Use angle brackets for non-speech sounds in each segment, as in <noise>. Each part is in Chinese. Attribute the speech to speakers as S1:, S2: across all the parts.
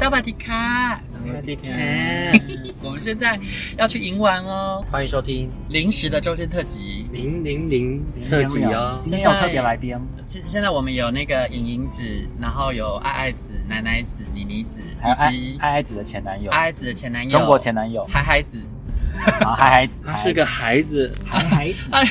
S1: 萨瓦迪卡， <laughs> 我们现在要去银玩哦，
S2: 欢迎收听
S1: 临时的周间特辑。
S2: 零零零特
S3: 啊
S2: 辑哦，
S1: 今天有特别来宾，现现在我们有那个莹莹子，然后有爱爱子、奶奶子、妮妮子，以及哎
S4: 爱爱子的前男友
S1: 爱，爱子的前男友，
S4: 中国前
S1: <laughs>
S4: 男友，
S1: 海海子。
S4: 啊，嗨嗨子，
S2: 他是个孩子，
S4: 嗨嗨子，
S1: 哎呀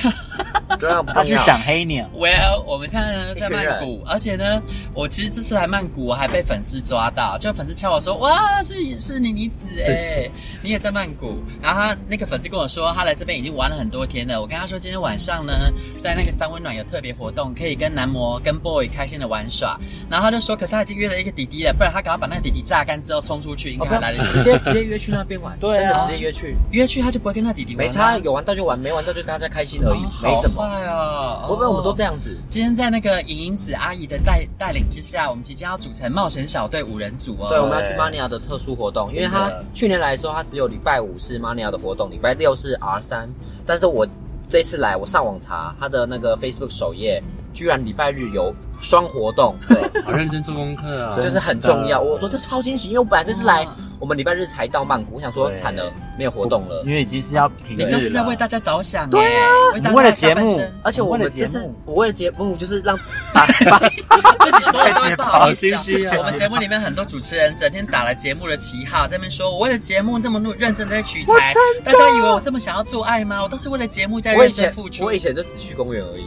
S2: 重啊要不
S4: 他
S2: 重
S4: 是
S2: 要？
S4: 长黑鸟，
S1: ，Well，我们现在呢
S2: 一
S1: 在
S2: 群
S1: 曼
S2: 人
S1: 谷，而且呢，我其实这次来曼谷，我还被粉丝抓到，就粉丝敲我说，哇，是是妮妮子哎、你也在曼谷。然后他那个粉丝跟我说，他来这边已经玩了很多天了。我跟他说，今天晚上呢，在那个三温暖有特别活动，可以跟男模跟 boy 开心的玩耍。然后他就说，可是他已经约了一个弟弟了，不然他赶快把那个弟弟榨干之后冲出去，应该还来得及。
S2: 直接直接约去那边玩，
S4: 对啊
S2: 真的直接约去，
S1: 约去他就不会跟那弟弟玩
S2: 没
S1: 了
S2: 差，有玩到就玩，没玩到就大家开心而已
S1: 哦，
S2: 没什么
S1: 好。坏哦，
S2: 不会，我们都这
S1: 样。
S2: 样子，
S1: 今天在那个莹莹子阿姨的带带领之下，我们即将要组成冒险小队五人组哦。
S2: 对，我们要去 Mania 的特殊活动，因为他
S4: 真的
S2: 去年来的时候，他只有礼拜五是 Mania 的活动，礼拜六是 R 三，但是我这次来，我上网查他的那个 Facebook 首页，居然礼拜日有双活动，对。
S3: 好认真做功课啊！
S2: 就是很重要，我都是超惊喜，因为我本来这次来，我们礼拜日才到曼谷，我想说
S4: 对
S2: 惨了，没有活动了
S4: 因。为已经是要平
S1: 你都
S4: 日
S1: 是在
S4: 了
S1: 为，大家着想对啊，为大家
S4: 为了
S1: 下
S4: 节
S1: 半
S4: 目
S1: 身 <laughs>
S2: 而且我
S4: 为
S2: 们
S4: 了节
S2: 这
S4: 目
S2: 次我为了节目，就是让把把
S1: 自己说的都会不好意思
S3: 好心虚
S1: 啊。
S3: 啊
S1: 我们节目里面很多主持人整天打了节目的旗号，在那边说我为了节目这么认真的在取材，大家以为我这么想要做爱吗？我都是为了节目在
S2: 我以
S1: 认真
S2: 前
S1: 付出
S2: 我以。前就只去公园而已，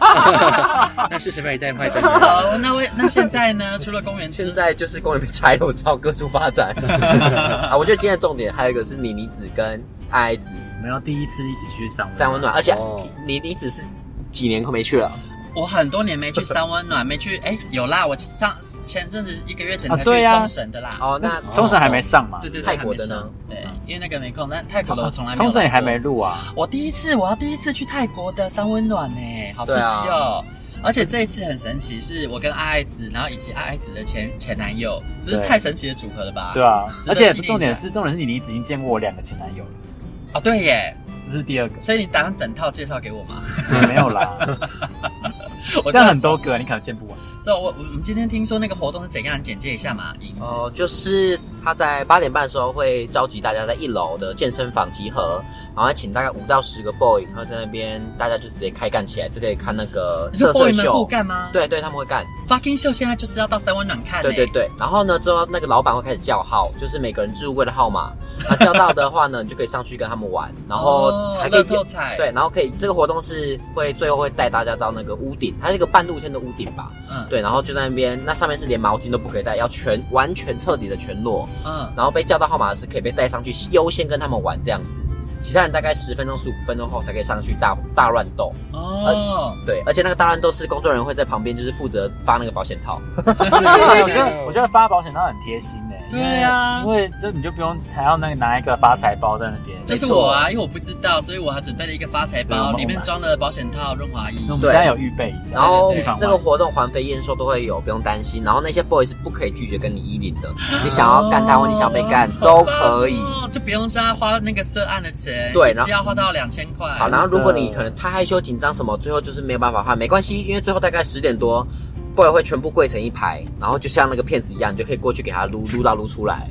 S1: 啊
S3: 那是谁把你带
S4: <laughs>
S3: 坏的？
S1: 好，那为那现在呢？除了公园
S2: 现
S1: 之
S2: 在就是公园被拆了，我只好各处
S4: <laughs>
S2: 发展。啊，我觉得今天的重点还有一个是妮妮子跟爱爱子
S4: 我们要第一次一起去上
S2: 三温暖，，而且
S3: 哦
S2: 妮妮子是几年都没去了，
S1: 我很多年没去三温暖，没去哎、有啦，我上前阵子一个月前才
S4: 啊
S1: 去
S4: 对啊
S1: 冲绳的啦。
S2: 哦，那
S4: 嗯冲绳还没上嘛
S1: 对，对对，
S2: 啊泰国的呢嗯
S1: 还没上？对，因为那个没空。但泰国的我从来没有。
S4: 冲绳也还没。录啊，
S1: 我第一次，我要第一次去泰国的三温暖呢、好刺激
S2: 啊
S1: 哦！而且这一次很神奇，是我跟爱爱子，然后以及爱爱子的前前男友，这是
S4: 对
S1: 太神奇的组合了吧？
S4: 对啊，
S1: 值得
S4: 而且
S1: 纪念一下
S4: 重点是重点是你已经见过我两个前男友了，
S1: 哦，对耶！
S4: 这
S1: <laughs>
S4: 是第二个，
S1: 所以你打算整套介绍给我
S2: <laughs>
S1: 吗？
S4: 也没有啦，
S1: 我
S4: 这样很多个你可能见不完，
S1: 知道。我我我们今天听说那个活动是怎样，简介一下嘛，银子。
S2: 哦，就是他在八点半的时候会召集大家在一楼的健身房集合，然后请大概五到十个 boy，然后在那边大家就直接开干起来，就可以看那个
S1: 你
S2: 色
S1: 说
S2: 色
S1: boy 们互
S2: 秀。
S1: 干吗？
S2: 对对，他们会干，
S1: ，fucking 秀现在就是要到三温暖看、欸。
S2: 对对对。然后呢，之后那个老板会开始叫号，就是每个人置物柜的号码。那叫到的话呢，你就可以上去跟他们玩，然后
S1: 哦
S2: 还可
S1: 乐
S2: 以
S1: 透彩，
S2: 对，，然后可以这个活动是会最后会带大家到那个屋顶，它是一个半露天的屋顶吧，
S1: 嗯，
S2: 对，然后就在那边，那上面是连毛巾都不可以带，要全完全彻底的全裸，
S1: 嗯，
S2: 然后被叫到号码是可以被带上去，优先跟他们玩这样子。其他人大概十分钟、十五分钟后才可以上去大大乱斗，
S1: 哦，
S2: 对，而且那个大乱斗是工作人员会在旁边，就是负责发那个保险套。
S4: <laughs> 对，我觉得我觉得发保险套很贴心呢，因为
S1: 对啊
S4: 因为这你就不用还要那个拿一个发财包在那边，
S1: 就是我啊，因为我不知道，所以我还准备了一个发财
S4: 对我
S1: 包，
S4: 们
S1: 里面装了保险套、润滑液
S4: 那。我们
S2: 对
S4: 现在有预备一下，
S2: 然后
S4: 预防
S2: 这个
S4: 万一
S2: 活动环肥燕瘦都会有，不用担心。然后那些 boy 是不可以拒绝跟你依领 <laughs> 的，你想要干他或你想要被干都可以。
S1: 哦，就不用是要花那个涉案的钱，
S2: 对
S1: 一
S2: 然
S1: 次
S2: 后
S1: 要花到两千块。
S2: 好，然后如果你可能太害羞、紧张什么，最后就是没有办法的话，没关系，因为最后大概十点多，boy 会全部跪成一排，然后就像那个骗子一样，你就可以过去给他 <laughs> 撸撸到撸出来，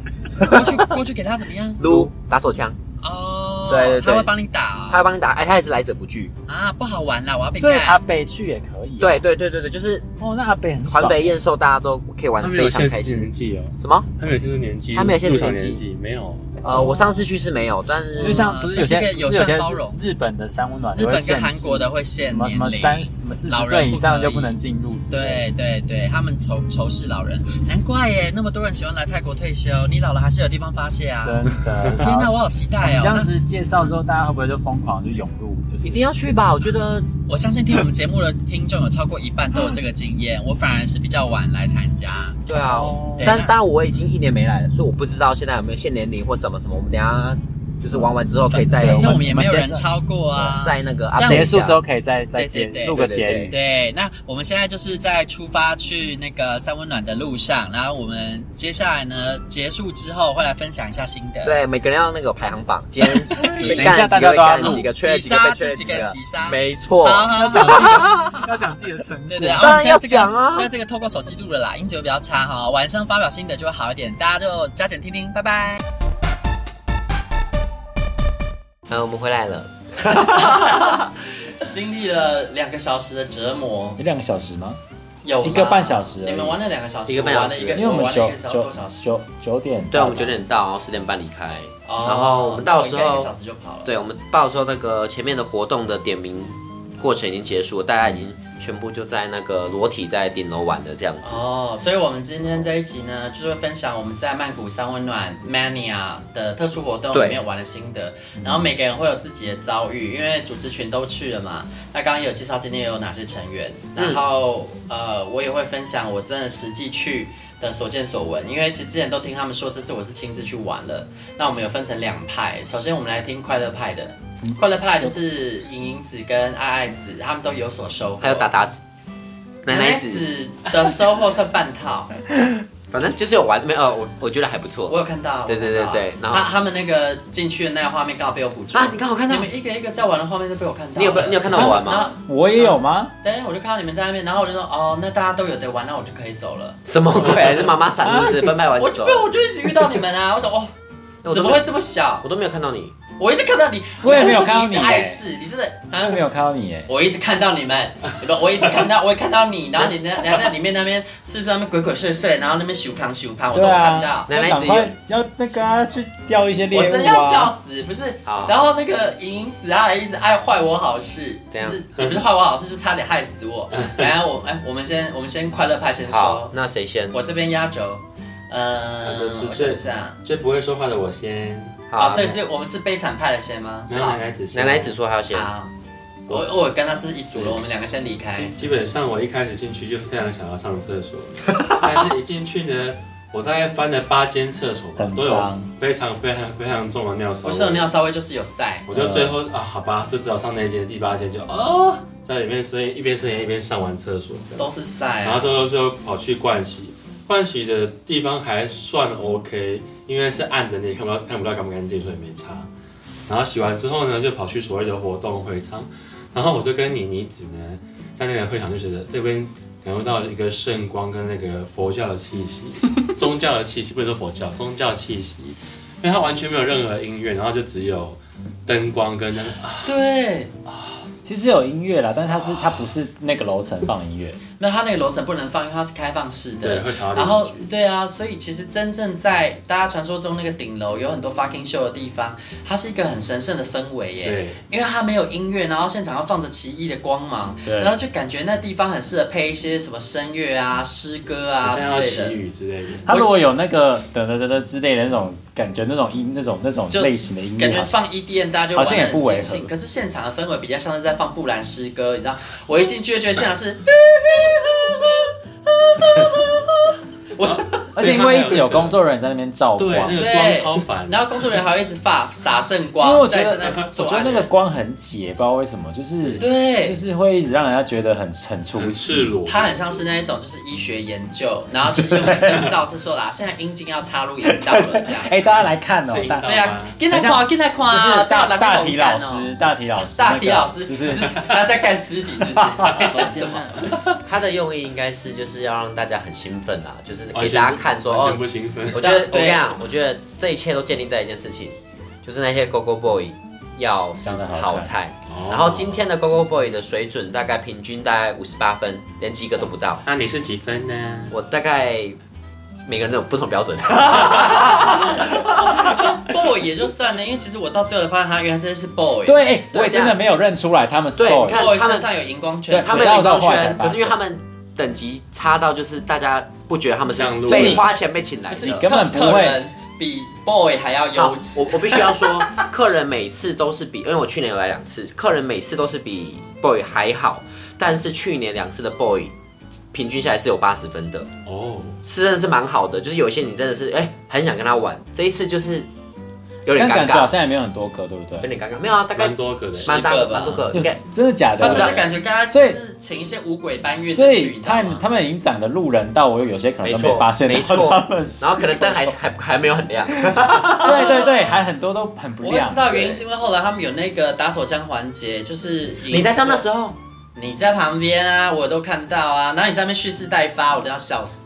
S1: 过去过去给他怎么
S2: <laughs>
S1: 样？
S2: 撸打手枪。
S1: 哦，
S2: 对对对
S1: 他会帮你打
S2: 他
S1: 哦
S2: 会帮 <laughs> 你打，哎，他也是来者不拒。
S1: 啊，不好玩啦，我要被
S4: 所以阿
S1: 干。
S4: 北去也可以，，啊
S2: 对对对对对，就是
S4: 哦，那阿北很爽
S2: 环北燕兽，大家都可以玩
S3: 他
S2: 的
S3: 们
S2: 非
S3: 有
S2: 常
S3: 限
S2: 开
S3: 制
S2: 心
S3: 年。纪哦，
S2: 什么？
S3: 他们有限制年纪，
S2: 他们有限制
S3: 入场
S2: 年纪
S3: 纪，没有。
S2: 呃，我上次去是没有，但是
S4: 就
S1: 嗯
S4: 像不是有些
S1: 这是一个
S4: 不是有些
S1: 友善包容
S4: 日本的三温暖
S1: 日
S4: 都会
S1: 本
S4: 限
S1: 跟
S4: 制
S1: 韩国的会限
S4: 什么什
S1: 年
S4: 么
S1: 龄，
S4: 三什么四
S1: 老
S4: 十
S1: 人
S4: 岁以上
S1: 以
S4: 就不能进入之类的。
S1: 对对对，他们仇仇视老人，难怪耶，那么多人喜欢来泰国退休，你老了还是有地方发泄啊！
S4: 真的。
S1: <laughs> 天哪，我好期待
S4: 你
S1: 哦！
S4: 这样
S1: 那
S4: 子介绍之后，大家会不会就疯狂就涌入？就是
S2: 一定要去吧，我觉得
S1: 我相信听我们节目的听众有超过一半都有这个经
S2: 嗯
S1: 验，我反而是比较晚来参加。
S2: 对啊
S4: 哦，
S2: 但
S1: 对
S2: 当然我已经一年没来了，所以我不知道现在有没有限年龄或什么什么。我们等一下就是玩完之后可以再
S1: 反正
S4: 我
S1: 我
S4: 们
S1: 们也没有人超过啊。
S2: <laughs> 再那个
S1: 但
S2: update
S1: 我
S4: 结束
S2: 一下
S4: 之后可以再再
S1: 对对
S4: 结
S1: 对
S4: 录个
S2: 对对
S4: 结
S2: 对
S4: 语。
S1: 对，那我们现在就是在出发去那个三温暖的路上，然后我们接下来呢结束之后会来分享一下心得。
S2: 对，每个人要那个排行
S1: <laughs>
S2: 榜，今天
S4: 一下
S2: 干
S4: 大
S2: 几
S4: 家都
S2: 个，
S4: 要
S2: 干几个，
S1: 几
S2: 缺了几个，
S1: 杀
S2: 被缺了
S1: 几
S2: 几
S1: 个
S2: 个
S1: 几杀，
S2: 没错，
S1: 好好好。
S4: 要讲自己的成
S1: 对对，然后
S2: 当
S1: 我
S2: 然
S1: 们现
S2: 要
S1: 在这个
S2: 讲啊
S1: 现在这个透过手机录了啦，音质又比较差哈、晚上发表心得就会好一点，大家就加减听听，拜拜。
S2: 嗯，我们回来了，
S1: <laughs> 经历了两个小时的折磨，
S4: 有两个小时吗？
S1: 有吗
S4: 一个半小时而已
S1: 你们玩了两个小时，
S2: 一个半小时
S1: 我玩了一个，
S2: 因
S4: 因为我们
S1: 玩了
S4: 九
S1: 一个小时
S4: 九
S1: 多小时，啊
S4: 九九点到，
S2: 对，我们九点到，然后十点半离开，
S1: 哦
S2: 然后我们到时候
S1: 那我应该一个小时就跑了。
S2: 对，我们到时候那个前面的活动的点名过程已经结束了，大家已经全部就在那个裸体在顶楼玩的这样子。
S1: 哦，所以我们今天这一集呢，就是会分享我们在曼谷三温暖 Mania 的特殊活动里面玩的心得，然后每个人会有自己的遭遇，因为组织群都去了嘛。那刚刚也有介绍今天有哪些成员，
S2: 嗯
S1: 然后、呃，我也会分享我真的实际去的所见所闻，因为其实之前都听他们说，这次我是亲自去玩了。那我们有分成两派，首先我们来听快乐派的。
S2: 嗯
S1: 快乐派就是莹莹子跟爱爱子，他们都有所收获。
S2: 还有打打子、奶奶子，
S1: 子的收获算半
S2: <laughs>
S1: 套，
S2: 反正就是有玩没呃，我我觉得还不错。
S1: 我有看到，
S2: 对对
S1: 我有看到
S2: 对对然后
S1: 他他们那个进去的那个画面刚好被我捕捉
S2: 啊你刚好看到
S1: 你们哦一个一个在玩的画面都被我看到，
S2: 你有不你有看到我玩吗
S1: 然后
S4: 我也有吗？
S1: 对，我就看到你们在那边，然后我就说哦，那大家都有的玩，那我就可以走了。
S2: 什么鬼？还是妈妈闪
S1: <laughs>
S2: 是不是分派完
S1: 啊我
S2: 就
S1: 就
S2: 走
S1: 不，
S2: 了？
S1: 我就一直遇到你们
S2: <laughs>
S1: 啊，我想哦，
S2: 我
S1: 怎么
S2: 都没有
S1: 会这么小？
S2: 我都没有看到你，
S1: 我一直看到你，
S4: 我也没有看到
S1: 你
S4: 你
S1: 真的一直碍事，你真的
S4: 我也
S1: 啊
S4: 没。有看到你耶。
S1: 我一直看到你们，你们我一直看到，我也 <laughs> 看到你，然后你那你在里面那边是不是那边鬼鬼祟祟，然后那边修康修康，我都
S4: 对
S1: 有
S4: 啊
S1: 看到，。
S2: 奶奶
S4: 要赶
S2: 子有
S4: 快要那个啊，去钓一些猎物
S1: 我
S4: 啊。
S1: 真要笑死，不是
S2: 好。
S1: 然后那个银子啊，一直爱坏我好事，
S2: 怎样
S1: 就是也不是坏我好事，就差点害死
S2: <laughs>
S1: 我。然后我哎，我们先我们先快乐派先
S2: 好
S1: 说，，
S2: 那谁先？
S1: 我这边压轴，嗯
S3: 啊这是，
S1: 我想想，
S3: 最不会说话的我先，
S1: 啊，
S2: 好，
S1: 所以是我们是悲惨派的先吗？
S3: 然后奶奶子先
S2: 奶奶子。说她要先，
S1: 好，我我跟他是一组了，我们两个先离开。
S3: 基基本上我一开始进去就非常想要上厕 <laughs> 所，但是一进去呢，我大概翻了八间厕所吧
S4: 很，
S3: 都有
S4: 脏
S3: 非常非常非常重的尿
S1: 我
S3: 骚味。
S1: 是有尿稍微就是有塞，
S3: 我就最后啊，好吧，就只好上那间第八间，就哦，在里面呻吟，一边呻吟一边上完厕所这样。
S1: 都是塞
S3: 然后
S1: 啊。
S3: 最后就跑去盥洗，盥洗的地方还算 OK，因为是暗的，你也看不到看不到干不干净，所以没擦。然后洗完之后呢，就跑去所谓的活动会场，然后我就跟妮妮子呢，在那个会场就觉得这边感受到一个圣光跟那个佛教的气息，宗教的气息，不能说佛教，宗教气息，因为它完全没有任何音乐，然后就只有灯光跟那个啊
S1: 对，
S4: 其实有音乐啦，但是它是它不是那个楼层放音乐，
S1: 那它那个楼层不能放，因为它是开放式的
S3: 对会吵到邻居
S1: 然后对啊，所以其实真正在大家传说中那个顶楼有很多 fucking show 的地方，它是一个很神圣的氛围耶。
S3: 对。
S1: 因为它没有音乐，然后现场要放着奇异的光芒，
S4: 对
S1: 然后就感觉那地方很适合配一些什么声乐啊、诗歌啊
S3: 好像要
S1: 之
S3: 祈
S1: 类的。
S3: 雨之类的，
S4: 它如果有那个噔噔噔噔之类的那种感觉，那种音那种那种
S1: 就
S4: 类型的音
S1: 感
S4: 乐
S1: 觉
S4: 好像，
S1: 放 EDM 大家就
S4: 好
S1: 玩
S4: 像
S1: 的
S4: 也
S1: 很
S4: 不违
S1: 尽兴，
S4: 和
S1: 可是现场的氛围比较像是在放布兰诗歌，你知道，我一进去就觉得现场是， <laughs> 我
S4: 而且因为一直有工作人员在那边照光，
S3: 对，那
S4: 因
S3: 个
S1: 对
S3: 光超烦。
S1: 然后工作人员还会一直 <laughs> 发洒圣光，
S4: 为我觉
S1: 在
S4: 得
S1: 那做
S4: 我觉得
S1: 爱的
S4: 那
S1: 人
S4: 个光很解，不知道为什么，就是
S1: 对
S4: 就是会一直让人家觉得很很出
S3: 很赤
S4: 戏。
S3: 裸，
S1: 它很像是那一种就是医学研究， <laughs> 然后就是用阴道是说啦，现在阴茎要插入阴道了这样。
S4: <laughs> 哎，大家来看哦
S3: 是，引
S4: 大
S3: 导
S1: 对啊，给他看，给他看
S4: 就
S1: 啊！
S4: 是大
S1: 这样
S4: 大
S1: 来
S4: 体
S1: 宾
S4: 老
S1: 好感
S4: 师，
S1: 哦，
S4: 大体老师，
S1: 大体
S4: 那个
S1: 老师
S4: 就是
S1: 他在干尸体是不是？讲什么？
S2: 她的用意应该是就是要让大家很兴奋啊，就是
S3: 完
S2: 给
S3: 全
S2: 大家看说
S3: 完全
S2: 哦
S3: 不，兴奋。
S2: 我觉
S3: <laughs>
S2: 得我跟
S1: 对
S2: 你讲，我觉得这一切都建立在一件事情，就是那些 g o g o Boy 要是
S4: 长得好看
S2: 好菜。
S3: 哦
S2: 然后今，天的 g o g o Boy 的水准大概平均大概五十八分，连及格都不到。
S3: 那你是几分呢？
S2: 我大概每个人都有不同标
S3: <laughs>
S2: 准。
S1: 就 boy 也就算了，因为其实我到最后才发现他原来真的是 boy。
S4: <laughs> 对，哎
S2: 对
S4: 我也真的没有认出来他们是
S2: 对
S4: boy
S2: 你。看
S1: ，boy
S2: 他们
S1: 身上有荧光
S2: 对
S1: 圈，
S2: 他
S4: 我
S2: 们
S4: 知道
S2: 有
S4: 到
S2: 光
S4: 后来才
S2: 圈，
S4: 发
S2: 可是因为
S4: 现
S2: 他们等级差到就是大家不觉得他们是
S3: 像路
S2: 被
S3: 人
S2: 花钱被请来
S1: 就是
S2: 的。
S4: 根本不会
S1: 客人比 boy 还要
S2: 好
S1: 优质
S2: 我。我必须要说，客人每次都是比，因为我去年有来两次，客人每次都是比 boy 还好，但是去年两次的 boy 平均下来是有八十分的，
S3: 哦，
S2: 是真的是蛮好的。就是有一些你真的是哎、很想跟他玩，这一次就是有点
S4: 但
S2: 尴
S4: 感觉
S2: 尬
S4: 好，像也没有很多个，对不
S2: 有
S4: 对？
S2: 点尴尬，没有啊，大概
S3: 蛮多个的。
S2: 蛮大
S1: 十个吧
S2: 蛮
S4: <laughs>
S2: 多个，应该
S4: 真的假
S1: 他只
S2: 知道
S1: 是
S4: 的？
S1: 感觉跟他
S4: 所
S1: 就
S4: 以
S1: 是请一些五鬼搬运
S4: 所
S1: 的去，你
S4: 以
S1: 知
S4: 他
S1: 道
S4: 们
S1: 吗？
S4: 他们已经长得路人到我有些可能
S2: 没
S4: 都没
S2: 错
S4: 发现
S2: 没
S4: 到
S2: 错
S4: 他们是，
S2: 然后可能灯还还还没有很亮，
S4: <laughs> 对对对，还很多都很不
S1: 我会
S4: 亮
S1: 知。道原因是因为后来他们有那个打手枪环节，就是
S2: 你在当的时候，
S1: 你在旁边啊，我都看到啊，然后你在那边蓄势待发，我都要笑
S2: <laughs>
S1: 死。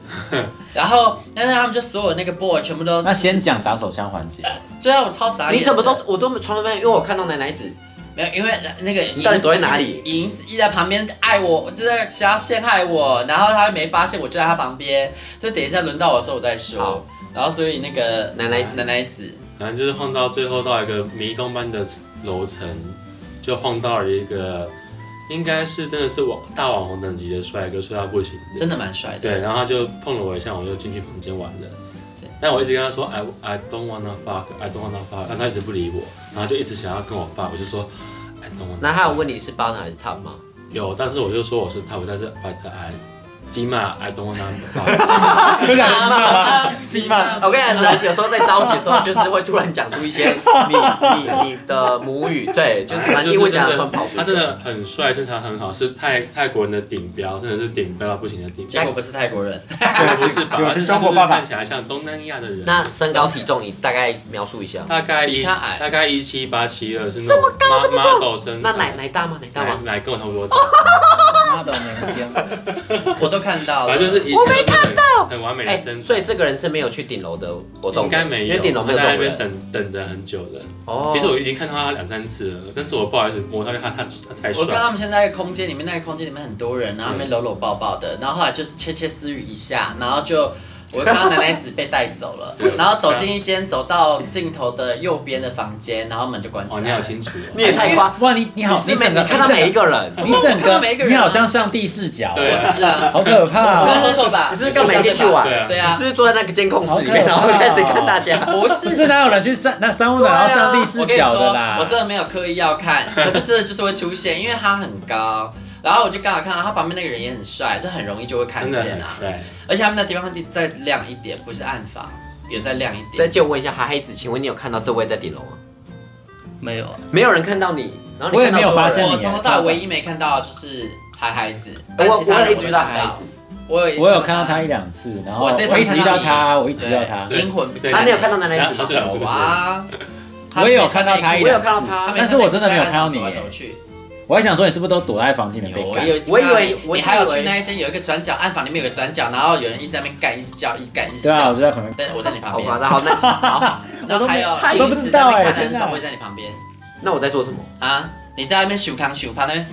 S1: 然后，但是他们就所有那个 boy 全部都，
S4: 那先讲打手枪环
S1: <laughs>
S4: 节，
S1: 对啊，我超傻眼的。
S2: 你怎么都我都没从来没有，因为我看到奶奶子，
S1: 没有？因为那个
S2: 你到底躲在哪里
S1: 银子一直在旁边爱我，就在想要陷害我，然后他没发现我就在他旁边。这等一下轮到我的时候我再说
S2: 好。
S1: 然后，所以那个
S2: 奶奶子
S1: 奶奶子，
S3: 反正就是晃到最后到一个迷宫般的楼层，就晃到了一个应该是真的是网大网红等级的帅哥，帅到不行的。
S1: 真的蛮帅的。
S3: 对，然后他就碰了我一下，我就进去房间玩了
S1: 对。
S3: 但我一直跟他说，I I don't wanna fuck, I don't wanna fuck，但他一直不理我，然后就一直想要跟我 fuck，我就说 I don't wanna fuck。
S2: 那他有问你是 bottom 还是 top 吗？
S3: 有，但是我就说我是 top，但是 but I 金马 I don't wanna fuck。
S4: 有讲鸡骂吗？鸡骂。
S2: 我跟你讲，人有时候在着急的时候，就是会突然讲出一些你你你的母语，对，就是
S3: 他
S2: 把
S3: 就是
S2: 英文讲的
S3: 真
S2: 突然
S3: 的
S2: 跑出
S3: 他真的很帅，身材很好，是泰泰国人的顶标，真的是顶标到不行的顶
S1: 结
S3: 标
S1: 果。不是泰国人，
S3: 真的不是吧？
S4: 结果
S3: 但
S4: 是
S3: 是
S4: 中
S3: 他
S4: 国
S3: 就是
S4: 爸爸
S3: 看起来像东南亚的
S2: <laughs>
S3: 人，
S2: 那身高体重你大概描述一下。
S3: 大概
S1: 比
S3: 一
S1: 他矮
S3: 大概一七八七二是那种 model 身
S2: 那
S3: 材，
S2: 奶奶哦大吗？奶大
S3: 奶
S2: 吗？
S3: 奶跟我差不多大，
S4: 妈的明星，
S1: <laughs> 我都看到了。
S3: 反正就是一我没看到很完美的
S2: 哎，
S3: 身
S2: 所以
S3: 材。
S2: 这个人是没有去顶楼的活动的，
S3: 应该没
S2: 因为顶
S3: 有，
S2: 楼
S3: 我
S2: 没
S3: 们
S2: 有
S3: 在
S2: 这
S3: 那
S2: 种
S3: 边
S2: 人。
S3: 等等的很久了。
S2: 哦
S3: 其实我已经看到他两三次了，但是我不好意思摸他，因为他他他太
S1: 我跟他
S3: 帅。
S1: 们现在空间里面，那个空间里面很多人，然后他们搂搂抱抱的，然后后来就是窃窃私语一下，然后就我就看到奶奶子被带走了
S3: 对，
S1: 然后走进一间走到尽头的右边的房间，然后门就关起
S3: 哦，你
S1: 来
S3: 好 <laughs>
S1: 了。
S3: 清楚哦。
S2: 你也太夸，
S4: 哇，你你好，
S2: 你
S4: 你
S2: 是每
S4: 整
S2: 你
S4: 个
S2: 看到每一，个人，
S4: 你整
S1: 我看到
S4: 个
S1: 每一个人
S4: 你
S1: 啊
S4: 好像上帝视角，
S3: 对
S1: 我是啊，
S4: 好可怕
S1: 我是
S4: 哦。
S1: 射手吧？
S2: 你是不是根本没进去
S3: 对啊
S2: 玩？
S1: 对
S2: 你
S1: 啊
S2: 是，不是坐在那个监控室里面，然
S4: 好
S2: 后
S4: 可怕哦
S2: 开始看大家。
S1: 不
S4: 不
S1: 是
S4: 是哪有人去上那三温暖，
S1: 啊
S4: 然后上帝视
S1: 我跟你
S4: 角的
S1: 说
S4: 啦，？
S1: 我真的没有刻意要看， <laughs> 可是真的就是会出现，因为他很高，然后我就刚好看到他旁边那个人也很帅，就很容易就会看
S3: 真的
S1: 见
S3: 很
S1: 啊。
S3: 帅。
S1: 而且他们的地方会再亮一点，不是暗房，也再亮一
S2: <laughs> 再
S1: 点。
S2: 借我问一下，哈黑子，请问你有看到这位在顶楼吗？
S1: 没有啊。
S2: 没有人看到你，然后你
S4: 我也
S2: 看
S4: 没有
S2: 到所
S4: 发
S2: 人
S4: 现
S1: 我
S4: 你
S1: 从头到尾唯一没看到的就是嗨嗨子，
S2: 我
S1: 但其他
S2: 我有
S1: 人
S2: 一直遇到
S1: 没看
S2: 孩子，，
S1: 我有
S4: 我有看到他一两次，然后
S1: 我这
S4: 我
S1: 场
S4: 一直遇到他，我一直遇到他，
S1: 对阴魂不啊散。
S3: 对
S2: 啊，你有看到奶
S3: 然
S2: 奶
S3: 后
S2: 子
S3: 他
S2: 吗
S3: 就？讲这个事，
S1: 哇？
S4: 我也有看到他一
S2: 我有
S4: 两
S2: 看到
S4: 次，
S2: 他，
S4: 但是我真的没有看到你
S1: 走来走去，
S4: 我还想说你是不是都躲在房间里面被
S1: 有
S4: 干？
S1: 有一次
S2: 我以
S1: 看到你
S2: 为我
S1: 你还有
S2: 以为
S1: 去那一间有一个转角暗房，里面有个转角，然后有人一直在那边干，一直叫，一直干，一直
S4: 对啊，
S1: 叫
S4: 我。就在旁边。
S1: 但我在你旁
S2: 好夸
S1: 边，
S2: 张，好那好，
S1: 然后还有
S4: 我都没
S1: 一直在那边看男
S4: 我都不知道哎天哪
S1: 生，我也在你旁边
S2: 那我在做什么？
S1: 啊。你在那边秀康秀胖那边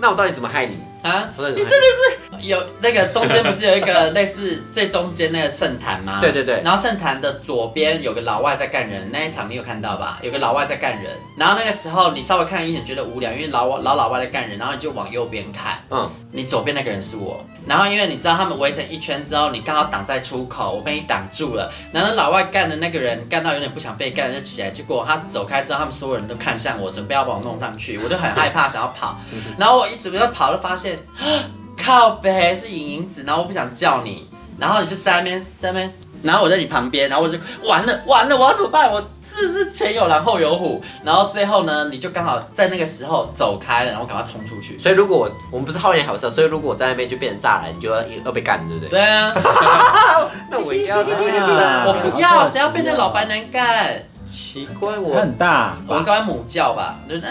S2: 那我到底怎么害你？
S1: 啊？
S2: 我到底
S1: 你
S2: 怎么
S1: 真
S2: 害
S1: 的是有那个中间不是有一个类似最中间那个圣坛吗？
S2: 对对对
S1: 然后圣坛的左边有个老外在干人，那一场你有看到吧？有个老外在干人，然后那个时候你稍微看一眼觉得无聊，因为老老老外在干人，然后你就往右边看，
S2: 嗯，
S1: 你左边那个人是我，然后因为你知道他们围成一圈之后，你刚好挡在出口，我被你挡住了。然后那老外干的那个人干到有点不想被干，就起来，结果他走开之后，他们所有人都看向我，准备要把我弄上去，我就很害怕，想要跑。然后我一准备要跑，就发现靠北是影影子，然后我不想叫你，然后你就在那边在那边。然后我在你旁边，然后我就完了完了，我要怎么办？我这是前有狼后有虎。然后最后呢，你就刚好在那个时候走开了，然后赶快冲出去。
S2: 所以如果我我们不是好言好色，所以如果我在那边就变成栅栏，你就要要被干，对不对？
S1: 对啊，
S2: 那我一定要在那边
S4: 啊
S1: 我不
S4: 好
S1: 要，
S4: 可惜
S1: 谁要被那
S4: 哦
S1: 老白男干？
S2: 奇怪，
S4: 他
S2: 我
S4: 很大，
S1: 我们刚才母叫吧，就 no，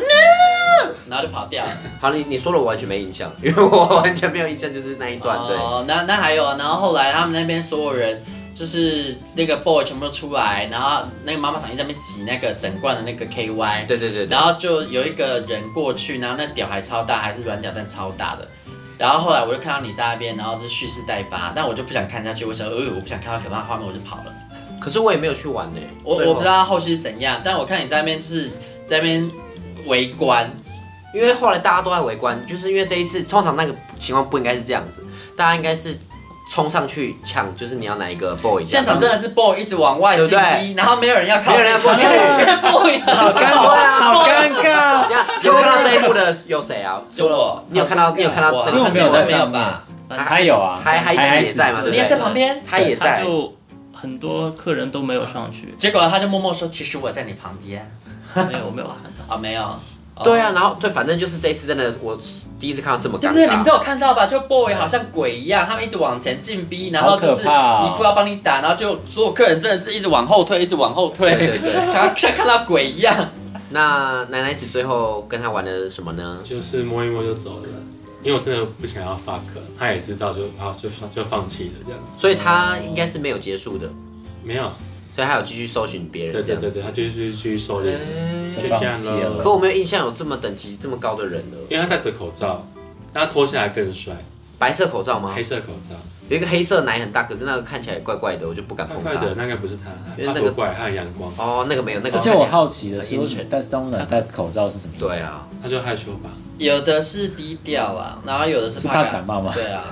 S1: 然后就跑掉了。
S2: 好，你你说了我完全没印象，因为我完全没有印象，就是那一段对。
S1: 哦，那那还有，然后后来他们那边所有人。就是那个 boy 全部都出来，然后那个妈妈厂一直在那边挤那个整罐的那个 KY，
S2: 对对对对
S1: 然后就有一个人过去，然后那屌还超大，还是软脚蛋超大的，然后后来我就看到你在那边，然后就蓄势待发，但我就不想看下去，我想，呃，我不想看到可怕的画面，我就跑了。
S2: 可是我也没有去玩呢、
S1: 我
S2: 最后
S1: 我不知，道后续是怎样，但我看你在那边就是在那边围观，
S2: 因为后来大家都在围观，就是因为这一次通常那个情况不应该是这样子，大家应该是冲上去抢，就是你要哪一个 boy 这
S1: 现
S2: 样
S1: 场真的是 boy 一直往外进逼，
S2: 对不
S1: 然后没有人要靠近，
S2: 没有人要过去
S1: boy 很 <laughs>
S2: 对
S1: 吵，
S2: 啊
S5: 好尴尬。
S2: 这样有看到这一幕的有谁啊？
S1: 就我，
S2: 你有看到你有看到
S1: 我
S4: 因
S2: 那
S4: 为
S2: 个
S4: 我没有
S1: 在
S4: 在
S1: 没
S4: 上
S1: 有
S4: 面
S1: 吧？
S4: 还有啊，
S2: 还还子也在嘛对不
S1: 你
S2: 对
S1: 也在旁边，，
S2: 他也
S6: 他
S2: 在，
S6: 就很多客人都没有上去
S1: 结果他就默默说，其实我在你旁边
S6: 没有没有看到。
S1: 啊，没有，哦
S2: 对啊，。然后对，反正就是这一次真的我第一次看到这么
S1: 对
S2: 尴
S1: 不对？你们
S2: 尬
S1: 都。有看到吧？就 boy 好像鬼一样，他们一直往前进逼，然后就是
S4: 好可怕哦
S1: 一副要帮你打，然后就所有客人真的是一直往后退，一直往后退，
S2: 对对对
S1: 像 <laughs> 像看到鬼一样。
S2: 那奶奶子最后跟他玩了什么呢？
S3: 就是摸一摸就走了，因为我真的不想要 fuck，他也知道就好就放就放弃了这样子，
S2: 所以他应该是没有结束的，
S3: 没有，
S2: 所以他有继续搜寻别
S3: 对
S2: 人这
S3: 对
S2: 样
S3: 对对，
S2: 子。
S3: 他就是去狩猎，就
S4: 就
S3: 这
S4: 放
S3: 样
S4: 弃
S3: 了
S4: 了。
S2: 可我没有印象有这么等级这么高的人了，
S3: 因为他戴着口罩，但他脱下来更帅，
S2: 白色口罩吗
S3: 黑？色口罩，
S2: 有一个黑色奶很大，可是那个看起来怪怪的，我就不敢
S3: 怪
S2: 碰
S3: 怪的，
S2: 它。
S3: 那个不是他，
S2: 因为
S3: 他
S2: 那
S3: 不
S2: 个
S3: 怪，他很阳光，
S2: 哦，那个没有，那个
S4: 而且
S2: 看起
S4: 我
S2: 来
S4: 好奇的是，为
S2: 很阴
S4: 什么
S2: 沉
S4: 戴当然戴口罩是什么意思？
S2: 对，啊，
S3: 他就害羞吧。
S1: 有的是低调啦，然后有的是
S4: 是
S1: 怕
S4: 怕感冒吗
S1: 对啊，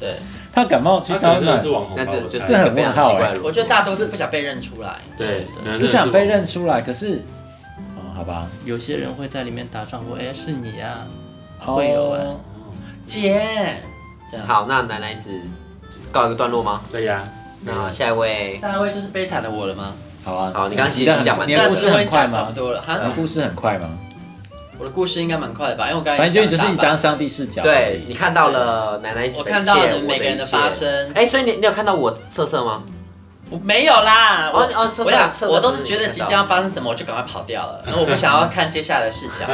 S1: 对，
S4: 他感冒去
S3: 他可能
S4: 桑
S3: 真
S4: 拿
S3: 的是网红吧，
S2: 那这
S3: 我
S2: 就是
S4: 这
S3: 猜。
S4: 很
S2: 非常
S4: 问号
S2: 奇怪
S4: 哎
S2: 的。
S1: 我觉得大多是不想被认出来。
S3: 对，可能真
S4: 不
S3: 的是
S4: 想被
S3: 网红
S4: 认出来，可是哦，好吧，
S6: 有些人会在里面打招呼，哎，是你呀、
S1: 啊
S4: 哦
S6: 会有哎
S1: 姐，这样。，
S2: 好，那奶奶子告一个段落吗？
S3: 对呀，
S2: 那下一位，
S1: 下一位就是悲惨的我了吗？
S4: 好啊，
S2: 好你刚刚其实已
S4: 的
S2: 经讲完
S4: 你
S2: 了
S1: 那
S4: 的故
S1: 智
S4: 事
S1: 慧
S4: 很快
S1: 讲差不
S4: 吗？嗯
S1: 多了
S4: 你的
S1: 哈。
S4: 故事很快吗？
S1: 我的故事应该蛮快的吧，因为我刚才
S4: 反正就
S1: 已经
S4: 就
S1: 哎
S4: 是
S1: 讲
S4: 一
S1: 了大
S4: 当
S1: 半
S4: 上帝视角，啊
S2: 对你看到了奶奶子
S1: 我
S2: 的一切，
S1: 看到了
S2: 我
S1: 每个人的
S2: 一切
S1: 发生
S2: 哎，所以你你有看到我色色吗？
S1: 我没有啦，我
S2: 哦哦厕所
S1: 我想
S2: 厕所
S1: 我都是觉得即将要发生什么，我就赶快跑掉
S4: <laughs>
S1: 了，然后我不想要看接下来的视角。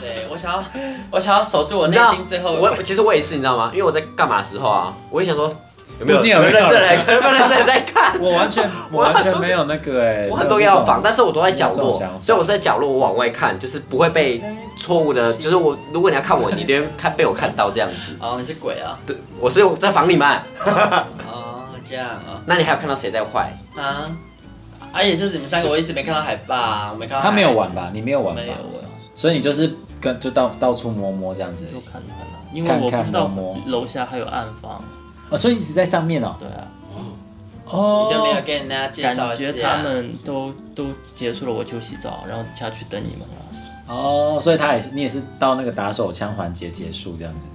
S1: 对我想要，我想要守住我
S2: 你
S1: 内
S2: 知道
S1: 心最后。
S2: 我我其实我也是，你知道吗？因为我在干嘛的时候啊，我也想说有没有
S4: 附近有没有
S2: 认识的人，有没有认识的人在
S4: <laughs>
S2: 看？
S4: 我
S1: <laughs>
S4: 完全我
S2: 我很
S4: 完
S2: 多
S4: 全没有那个哎，
S2: 我很多药
S4: 没有那
S2: 房，
S4: 种
S2: 但是我都在角
S4: 没有这
S2: 落
S4: 种想，法
S2: 所以我在角落，我往外看，就是不会被错误的，就是我如果你要看我，你一定会看被我看到这样子。
S1: 哦，你是鬼啊？
S2: 对，我是在房里面。
S1: 哦，这样啊
S2: 那你还有看到谁在坏？
S1: 啊。啊，也就是你们三个，我一直没看到海报，啊我没看到。
S4: 他没有玩？吧？你没有玩
S6: 没有
S4: 吧？
S6: 我
S4: 所以你就是跟就到到处摸摸这样子
S6: 就看看了、因为
S4: 看
S6: 我
S4: 看
S6: 不知道
S4: 摸摸
S6: 楼下还有暗房，
S4: 哦，所以你只在上面哦
S6: 对啊，
S3: 哦，
S4: 哦
S1: 你就没有跟人家介绍
S6: 感
S1: 一
S6: 觉
S1: 下
S6: 他？们都都结束了，我就洗澡，然后下去等你们了。
S4: 哦，所以他也是你也是到那个打手枪环节结束这样子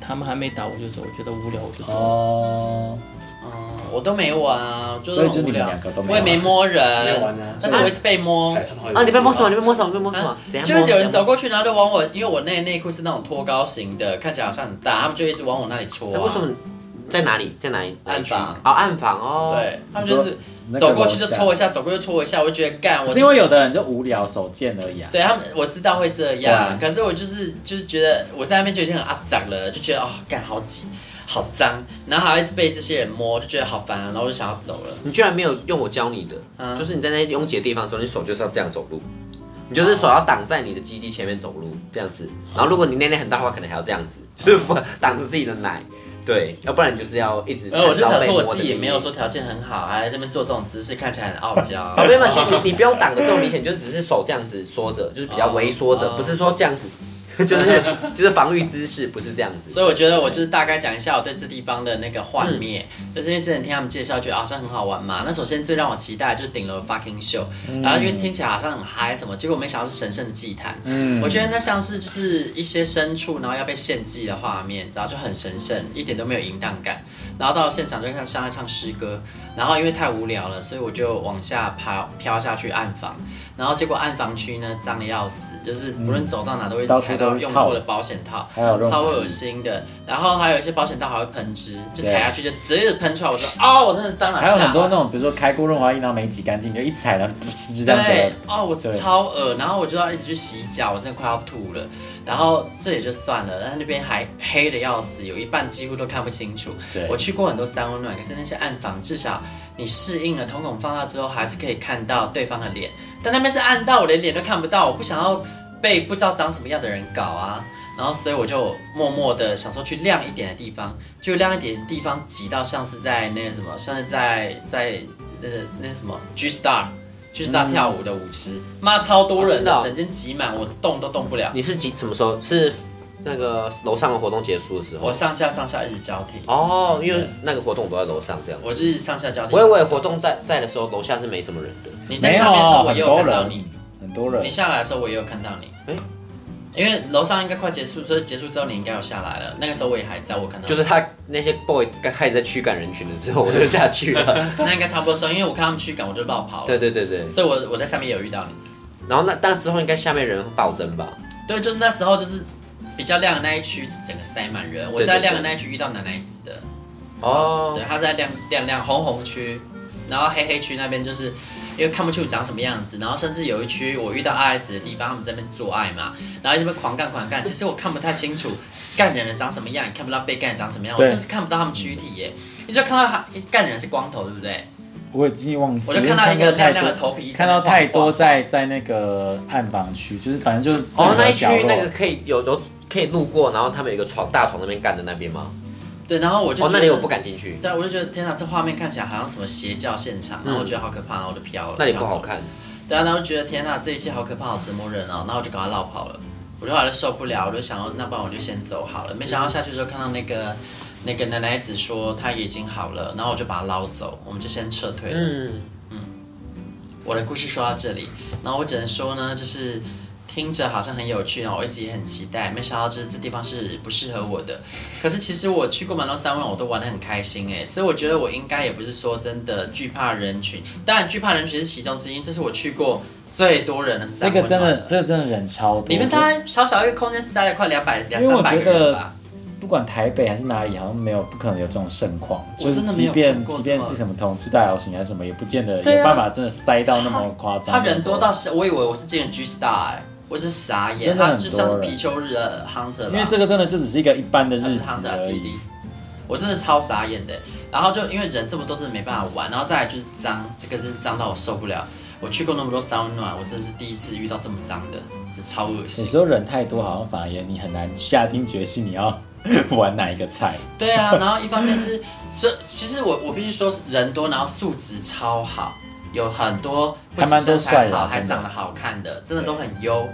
S6: 他们还没打我就走，我觉得无聊我就走。
S4: 哦，
S1: 嗯，我都没玩啊，就
S4: 所
S1: 是
S4: 以就
S1: 很无
S4: 你们
S1: 聊
S4: 两个都。没
S1: 我也没摸
S3: 没有
S1: 人
S3: 玩啊，
S1: 但是我一直被摸。
S3: 踩到
S2: 啊，你被摸什么？你被摸什么？你被摸什么
S1: 啊？
S2: 等一下
S1: 就
S2: 摸
S1: 是有人走，过去，然后就往我，因为我那内裤是那种拖高型的，看起来好像很大，他们就一直往我那里戳、
S2: 等一
S4: 哎
S2: 下
S1: 啊。
S2: 哎为什么？在哪里？在哪里？
S1: 暗房
S2: 哦，暗房哦。
S1: 对，他们
S4: 你
S1: 就
S4: 说
S1: 是
S4: 那个
S1: 走过去就
S4: 楼下
S1: 戳一下，走过去就戳一下，我就觉得干，我
S4: 是因为有的人就无聊手贱而已啊。
S1: 对他们我知道会这样，啊
S4: 对啊
S1: 可是我就是就是觉得我在那边就已经很肮脏了，就觉得哦干好挤，好脏，然后还要一直被这些人摸，就觉得好烦、啊，然后我就想要走了。
S2: 你居然没有用我教你的，
S1: 嗯哦
S2: 就是你在那些拥挤的地方的时候，你手就是要这样走路，你就是手要挡在你的鸡鸡前面走路这样子。然后如果你奶奶很大的话，可能还要这样子，
S1: 哦
S2: 就是不挡着自己的奶。对，要不然你就是要一直
S1: 然后呃我就
S2: 遭
S1: 想
S2: 被
S1: 说，
S2: 摸的
S1: 我自己也
S2: 地
S1: 没有说条件很好，还在那边做这种姿势，看起来很傲娇。
S2: 方。哦没有，没
S1: <laughs>
S2: 有其实你你不用挡的这么明显，你就只是手这样子缩着，就是比较微缩着
S1: 哦，
S2: 不是说这样子， <laughs> 就是就是防御姿势，不是这样子。
S1: 所以我觉得我就是大概讲一下我对这地方的那个幻灭，就是因为之前听他们介绍，觉得好像很好玩嘛。那首先最让我期待的就是顶楼 fucking show，、然后因为听起来好像很嗨什么，结果没想到是神圣的祭坛。
S4: 嗯
S1: 我觉得那像是就是一些牲畜，然后要被献祭的画面，然后就很神圣，一点都没有淫荡感。然后到现场就像像在唱诗歌，然后因为太无聊了，所以我就往下爬飘下去暗房，然后结果暗房区呢脏的要死，就是无论走到哪都会一直
S4: 嗯到处
S1: 踩
S4: 都
S1: 到
S4: 是
S1: 用
S4: 套
S1: 过的保险套，
S4: 还有肉
S1: 超
S4: 麻
S1: 恶心的。然后还有一些保险套还会喷汁，就踩下去就直接喷出来。我说哦，我真的是当场
S4: 还有
S1: 吓
S4: 很多那
S1: 到
S4: 种，比如说开过润滑液，然后没挤干净，你就一踩，然后噗呲就这样
S1: 对
S4: 子。，
S1: 哦，我
S4: 对
S1: 超恶，然后我就要一直去洗脚，我真的快要吐了。然后这也就算了，但那边还黑的要死，有一半几乎都看不清楚。
S4: 对
S1: 我去过很多三温暖，可是那些暗房至少你适应了，瞳孔放大之后还是可以看到对方的脸，但那边是暗到我连脸都看不到，我不想要被不知道长什么样的人搞啊。然后所以我就默默的想说去亮一点的地方，就亮一点的地方挤到像是在那个什么，像是在在那个那个什么 G Star G Star 跳舞的舞池，妈超多人的
S2: 哦，真
S1: 整间挤满，我动都动不了。
S2: 你是几什么时候？是那个楼上的活动结束的时候
S1: 我？上下上下一直交替，
S2: 哦，因为那个活动我都在楼上这样。
S1: 我就是上下交替。
S2: 我以为活动在在的时候，楼下是没什么人的。
S1: 你在
S4: 没有
S1: 下面的时候，我
S4: 很
S1: 也有
S4: 多
S1: 看到
S4: 人
S1: 你。，
S4: 很多人
S1: 你。下来的时候，我也有看到你。
S2: 诶
S1: 因为楼上应该快结束，所以结束之后你应该有下来了。那个时候我也还在，我看到
S2: 就是他那些 boy 刚开始在驱赶人群的时候，我就下去了。
S1: 那应该差不多时候，因为我看他们驱赶，我就绕跑了。
S2: <laughs> 对对对对，
S1: 所以我我在下面也有遇到你。
S2: 然后那但之后应该下面人暴增吧？
S1: 对，就是那时候就是比较亮的那一区，整个塞满人。我是在亮的那一区遇到奶奶子的，
S2: 哦
S1: 对，，她是在亮亮亮红红区，然后黑黑区那边就是。因为看不清楚长什么样子，然后甚至有一区我遇到爱爱子的地方，他们在那边做爱嘛，然后一直被狂干狂干。其实我看不太清楚干人的长什么样，也看不到被干人长什么样，我
S4: 对
S1: 甚至看不到他们躯体耶。你就看到他干人是光头，对不对？
S4: 我已经忘记，
S1: 我就看到一个亮
S4: 因为看过太多
S1: 亮的头皮，
S4: 看到太多在在那个暗房区，就是反正就是
S2: 哦，那一区
S4: 角落
S2: 那个可以有有可以路过，然后他们有一个床大床那边干的那边吗？
S1: 对，然后我就
S2: 哦，那
S1: 觉
S2: 里
S1: 得
S2: 我不敢进去，
S1: 对，啊我就觉得天哪，这画面看起来好像什么邪教现场，然后我觉得好可怕，然后我就飘了。
S2: 那里
S1: 飘
S2: 不好
S1: 走。
S2: 看。
S1: 对啊，然后就觉得天哪，这一切好可怕，好折磨人哦。然后我就赶快绕跑了，我就后来就受不了，我就想要，那不然我就先走好了。没想到下去的时候看到那个那个奶奶子说她已经好了，然后我就把她捞走，我们就先撤退了。
S2: 嗯，
S1: 我的故事说到这里，然后我只能说呢，就是听着好像很有趣，然后我一直也很期待，没想到就是这地方是不适合我的。可是其实我去过蛮多三万，我都玩得很开心诶，所以我觉得我应该也不是说真的惧怕人群，当然惧怕人群是其中之一，这是我去过最多人的
S4: 这
S1: 三
S4: 个
S1: 温暖
S4: 真的
S1: 了
S4: 这个真的人超多，
S1: 里面大概小小一个空间是大概快两百两
S4: 因为
S1: 三
S4: 我
S1: 百
S4: 觉
S1: 个人
S4: 得
S1: 吧。
S4: 不管台北还是哪里，好像没有不可能有这种盛况，
S1: 我
S4: 就是
S1: 真的没
S4: 即
S1: 有看
S4: 便
S1: 过
S4: 即
S1: 这
S4: 便
S1: 么
S4: 是什么同事大游行还是什么，也不见得
S1: 对啊
S4: 有办法真的塞到那么夸张。
S1: 他人多到，是我以为我是进了 G Star，、欸、我真是傻眼，
S4: 真的
S1: 他
S4: 很
S1: 就像是
S4: 多人
S1: 皮丘日的 Hunter 吧。
S4: 因为这个真的就只是一个一般的啊
S1: 他
S4: 日
S1: 是
S4: 子
S1: 他的
S4: 而
S1: CD，
S4: 已。
S1: 我真的超傻眼的。然后就因为人这么多，真的没办法玩。然后再来就是脏，这个是脏到我受不了。我去过那么多桑暖，我真的是第一次遇到这么脏的，这超恶
S4: 有
S1: 心。
S4: 时候人太多，好像反而也你很难下定决心你要 <laughs> 玩哪一个菜。
S1: 对啊，然后一方面是，所以其实我我必须说，人多，然后素质超好，有很多不
S4: 还
S1: 止
S4: 蛮多
S1: 身
S4: 帅
S1: 材
S4: 的啊
S1: 好，还
S4: 真的
S1: 长得好看的，真的都很优。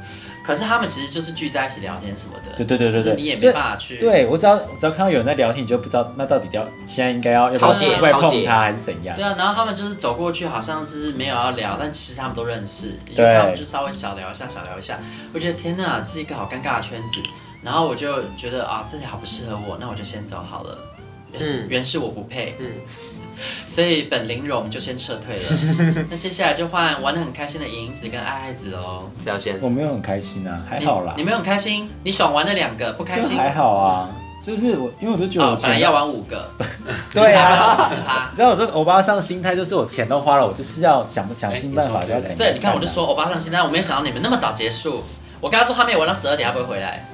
S1: 可是他们其实就是聚在一起聊天什么的，
S4: 对对对对
S1: 就是
S4: 对，
S1: 你也没
S4: 就
S1: 办法去。
S4: 对啊我只要只要看到有人在聊天，你就不知道那到底要现在应该要要不
S2: 超
S4: 要
S2: 界
S4: 要不要
S2: 超界
S4: 碰他还是怎样
S1: 对。啊，然后他们就是走过去，好像是没有要聊，但其实他们都认识，你就
S4: 对
S1: 看我们就稍微小聊一下，小聊一下。我觉得天哪，这是一个好尴尬的圈子。然后我就觉得啊，这里好不适合我，那我就先走好了。嗯
S2: 嗯，
S1: 原是我不配，
S4: <laughs>
S1: 嗯
S2: 嗯，
S1: 所以本玲珑就先撤退了。那接下来就换玩的很开心的银子跟爱爱子喽。
S2: 这样先。
S4: 我没有很开心啊，还好啦
S1: 你，们有很开心？你爽玩了两个，不开
S4: 就
S1: 心？
S4: 还好啊。就是我，因为我就觉得我
S1: 哦，本来
S4: 钱
S1: 要玩五个，
S4: <laughs> 对啊
S1: 四十趴
S4: 你。知道我这欧巴桑心态就是我钱都花了，我就是要想想尽办法就要赶紧
S1: 对，你看
S4: 干
S1: 我就
S4: 啊
S1: 说欧巴上现在我没有想到你们那么早结束。我跟他说他没有玩到十二点，他不会回来，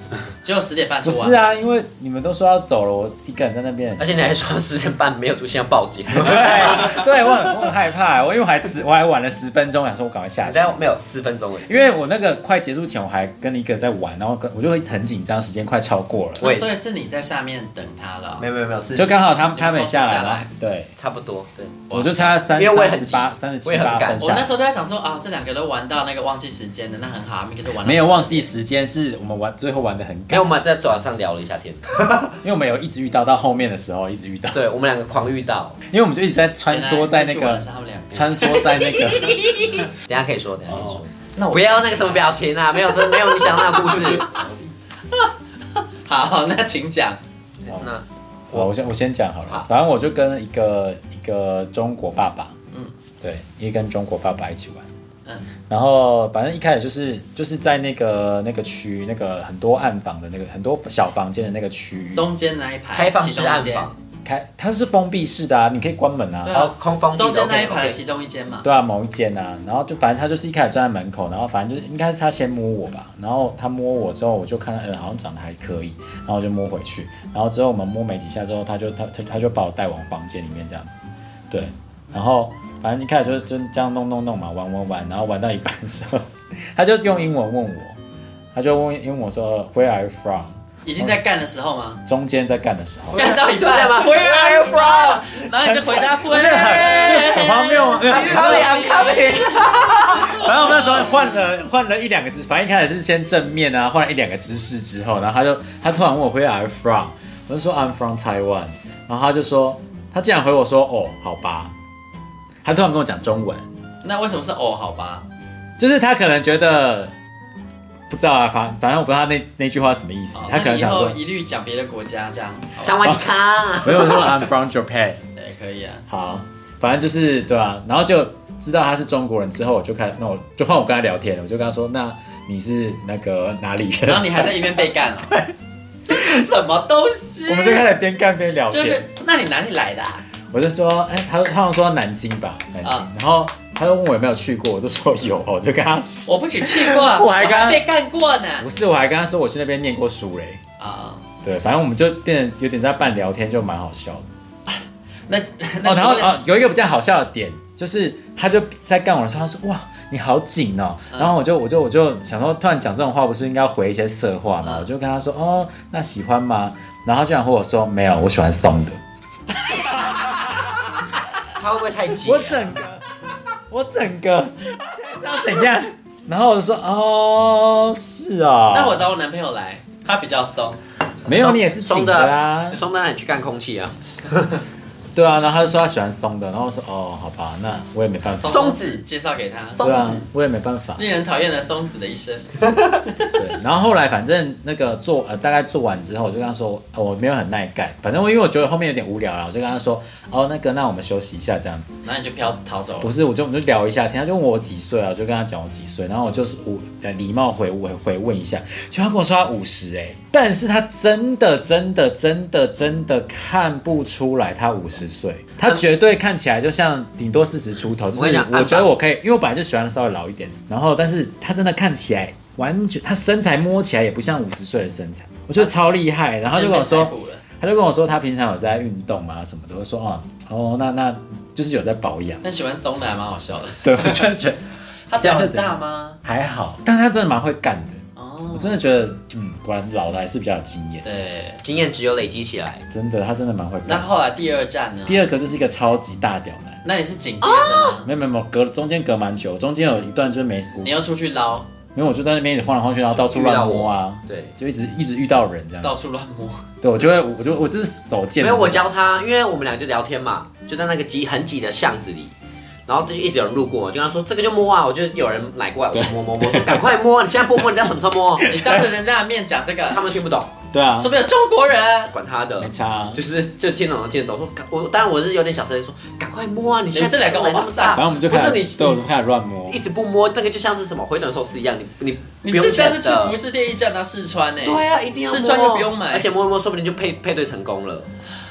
S1: 结果十点半
S4: 不
S1: 说完。
S4: 是啊，因为你们都说要走了，我一个人在那边
S2: 而。且你还说十点半没有出现要报 <laughs> 警，
S4: <laughs> 对，对我很我很害怕，我因为我还迟，我还晚了十分钟，想说我赶快下
S1: <laughs>
S4: 去
S1: 啊
S2: 但。没有四分钟而已。
S4: 因为我那个快结束前，我还跟一个人在玩，然后跟我就会很紧张，时间快超过了，
S1: 那
S2: 我也是
S1: 所以是你在下面等他了
S2: 没。有没有没有是
S4: 就刚好他们
S1: 你
S4: 他们也下
S1: 你
S4: 来
S1: 们公司下来
S4: 了，对，
S2: 差不多对。
S4: 我就差三
S2: 因为我也很
S4: 三十八、三十
S2: 我也
S4: 七
S2: 很
S4: 八
S2: 赶
S1: 我
S4: 分
S1: 那
S4: 下
S1: 时。候都在想说啊，这两个都玩到那个忘记时间的，那很好，他们一个都玩到
S4: 没有
S1: 12
S4: 忘记
S1: 点
S4: 时间，是我们玩最后玩的很
S2: 因为
S4: 赶
S2: 我，们在早上聊了一下天，
S4: 因为我们有一直遇到到后面的时候一直遇到，
S2: 对我们两个狂遇到，
S4: 因为我们就一直在穿梭在那
S1: 原来这次玩
S4: 个
S1: 的是他们两个。
S4: 穿梭在那个。
S2: 等一下可以说，等一下可以
S3: 哦
S2: 说。，
S1: 那我
S2: 不要那个什么表
S1: <laughs>
S2: 情啊，没有真没有你想那个故事。
S1: 好，那请讲。
S2: 那
S4: 我我先我先讲好了，
S1: 好
S4: 反正我就跟一个一个中国爸爸，
S1: 嗯
S4: 嗯，对，也跟中国爸爸一起玩，
S1: 嗯
S4: 嗯，然后反正一开始就是就是在那个那个区那个很多暗房的那个很多小房间的那个区域，
S1: 中间那一排
S2: 开放
S1: 其
S2: 式
S1: 中一
S2: 暗
S1: 间
S2: 房，
S4: 开它是封闭式的啊，你可以关门啊
S1: 对，
S2: 然后空风
S1: 中间那一排的
S2: OK，OK
S1: 其中一间嘛。
S4: 对啊，某一间啊，然后就反正他就是一开始站在门口，然后反正就是应该是他先摸我吧，然后他摸我之后，我就看到嗯好像长得还可以，然后我就摸回去，然后之后我们摸没几下之后，他就他他他就把我带往房间里面这样子，对，然后反正一开始就就这样弄弄弄嘛，玩玩玩，然后玩到一半的时候，他就用英文问我，他就问问我说呃 Where are you from？
S1: 已经在干的时候吗？
S4: 中间在干的时候，
S1: 干到一半吗？Where are you from？然后你就回答 Where？
S4: 这 <laughs> 很荒谬啊！没有
S1: 谬。
S4: 反正我们那时候换了换了一两个姿势，反正一开始是先正面啊，换了一两个姿势之后，然后他就他突然问我 Where are you from？我就说 I'm from Taiwan，然后他就说他竟然回我说哦好吧，他突然跟我讲中文，
S1: 那为什么是哦？好吧，
S4: 就是他可能觉得不知道啊，反反正我不知道他那那句话什么意思，
S1: 好
S4: 他
S1: 哦那
S4: 可能
S1: 你以
S4: 想
S1: 后
S4: 说
S1: 一律讲别的国家这样。好吧
S2: 上万卡，
S4: 没有我说
S1: 啊
S4: I'm from Japan，
S1: 对，可以啊。
S4: 好，反正就是对啊，然后就知道他是中国人之后，我就开那我就换我跟他聊天了，我就跟他说那你是那个哪里人？
S1: 然后你还在一边被干了、这是什么东西？
S4: 我们就开始边干边聊
S1: 就
S4: 天，
S1: 是，那你哪里来的、啊？
S4: 我就说，哎、他他们说南京吧，南京，
S1: 啊
S4: 然后他就问我有没有去过，我就说有， <laughs> 我就跟他说，
S1: 我不止去过，
S4: <laughs> 我还刚
S1: 被干过呢。
S4: 不是，我还跟他说我去那边念过书嘞，
S1: 啊、
S4: 对，反正我们就变得有点在半聊天，就蛮好笑的。
S1: 那 <laughs> 那
S4: 哦，然后
S1: 请问
S4: 哦，有一个比较好笑的点，就是他就在干我的时候，他说：“哇，你好紧哦。”然后我就我就我就想说，突然讲这种话，不是应该回一些色话嘛？
S1: 嗯
S4: 我就跟他说：“哦，那喜欢吗？”然后他居然回我说：“没有，我喜欢松的。
S2: 他会不会太急”啊
S4: 我？整个，我整个，现在是要怎样？然后我就说：“哦，是啊、哦。”
S1: 那我找我男朋友来，他比较松。
S4: 没有，你也是紧
S2: 松
S4: 的啊啦、
S2: 的，松的让你去干空气啊，
S4: 对啊。然后他就说他喜欢松的，然后我说：“哦，好吧，那我也没办法。”
S1: 松子介绍给他，
S4: 对啊，我也没办法。
S1: 令人讨厌的松子的一生。
S4: 对，然后后来反正那个做呃大概做完之后，我就跟他说、呃我没有很耐干，反正我因为我觉得后面有点无聊了，我就跟他说哦那个那我们休息一下这样子。
S1: 然后你就飘逃走
S4: 不
S1: 了。
S4: 是，我就我们就聊一下天，他就问我几岁啊，我就跟他讲我几岁，然后我就是五呃礼貌回回回问一下，就他跟我说他五十哎，但是他真的真的真的真的看不出来他五十岁，他绝对看起来就像顶多四十出头，就
S2: 嗯我跟你
S4: 是
S2: 讲
S4: 我觉得
S2: 按
S4: 我可以，因为我本来就喜欢稍微老一点，然后但是他真的看起来完全，他身材摸起来也不像五十岁的身材，我觉
S2: 啊
S4: 得超厉害，然后他就跟我
S1: 真
S4: 说
S1: 的被逮捕了。
S4: 他就跟我说，他平常有在运动啊什么的。我说哦哦，那那就是有在保养。
S1: 但喜欢松的还蛮好笑的。
S4: <laughs> 对，我真的觉得
S1: 他脚很大吗？
S4: 还好，但他真的蛮会干的。
S1: 哦
S4: 我，真的觉得，嗯，果然老的还是比较有经验。
S1: 对。
S2: 经验只有累积起来。
S4: 真的，他真的蛮会
S1: 那
S4: 干。
S1: 后来第二站呢？
S4: 第二个就是一个超级大屌男，
S1: 那你是紧接着吗？
S4: 没有没有没有，隔中间隔蛮久，中间有一段就是没我
S1: 你要出去捞，
S4: 没有，我就在那边一直晃来晃去，然后到处乱摸啊，
S2: 对，
S4: 就一直一直遇到人这样。
S1: 到处乱摸。
S4: 对，我就会，我就我这是手贱。
S2: 没有我教他，因为我们俩就聊天嘛，就在那个挤很挤的巷子里，然后就一直有人路过，我就跟他说这个就摸啊，我就有人来过来，我就摸摸摸，说赶快摸，你现在不摸，你知道什么时候摸？
S1: 你当着人家的面讲这
S2: 他
S1: 个，
S2: 们听不懂，
S4: 对啊，
S1: 说没有中国人。
S2: 管他的
S4: 没，差啊。
S2: 就是就听懂就听得懂。说赶我当然我是有点小声地说，赶快摸啊，你现在
S1: 你这两个
S2: 怎么来那么大
S4: 反正我们就
S2: 不
S4: 开
S2: 是
S4: 始，
S2: 你
S4: 对，我们开始乱摸
S2: 一。直不摸，那个就像是什么回转寿司一样，你你
S1: 你
S2: 不用
S1: 这下
S2: 钱
S1: 次去
S2: 的
S1: 服饰店一站到欸试穿呢、
S2: 对啊，一定要
S1: 试
S2: 摸
S1: 穿又不用买
S2: 而且摸一摸，说不定就配配对成功了。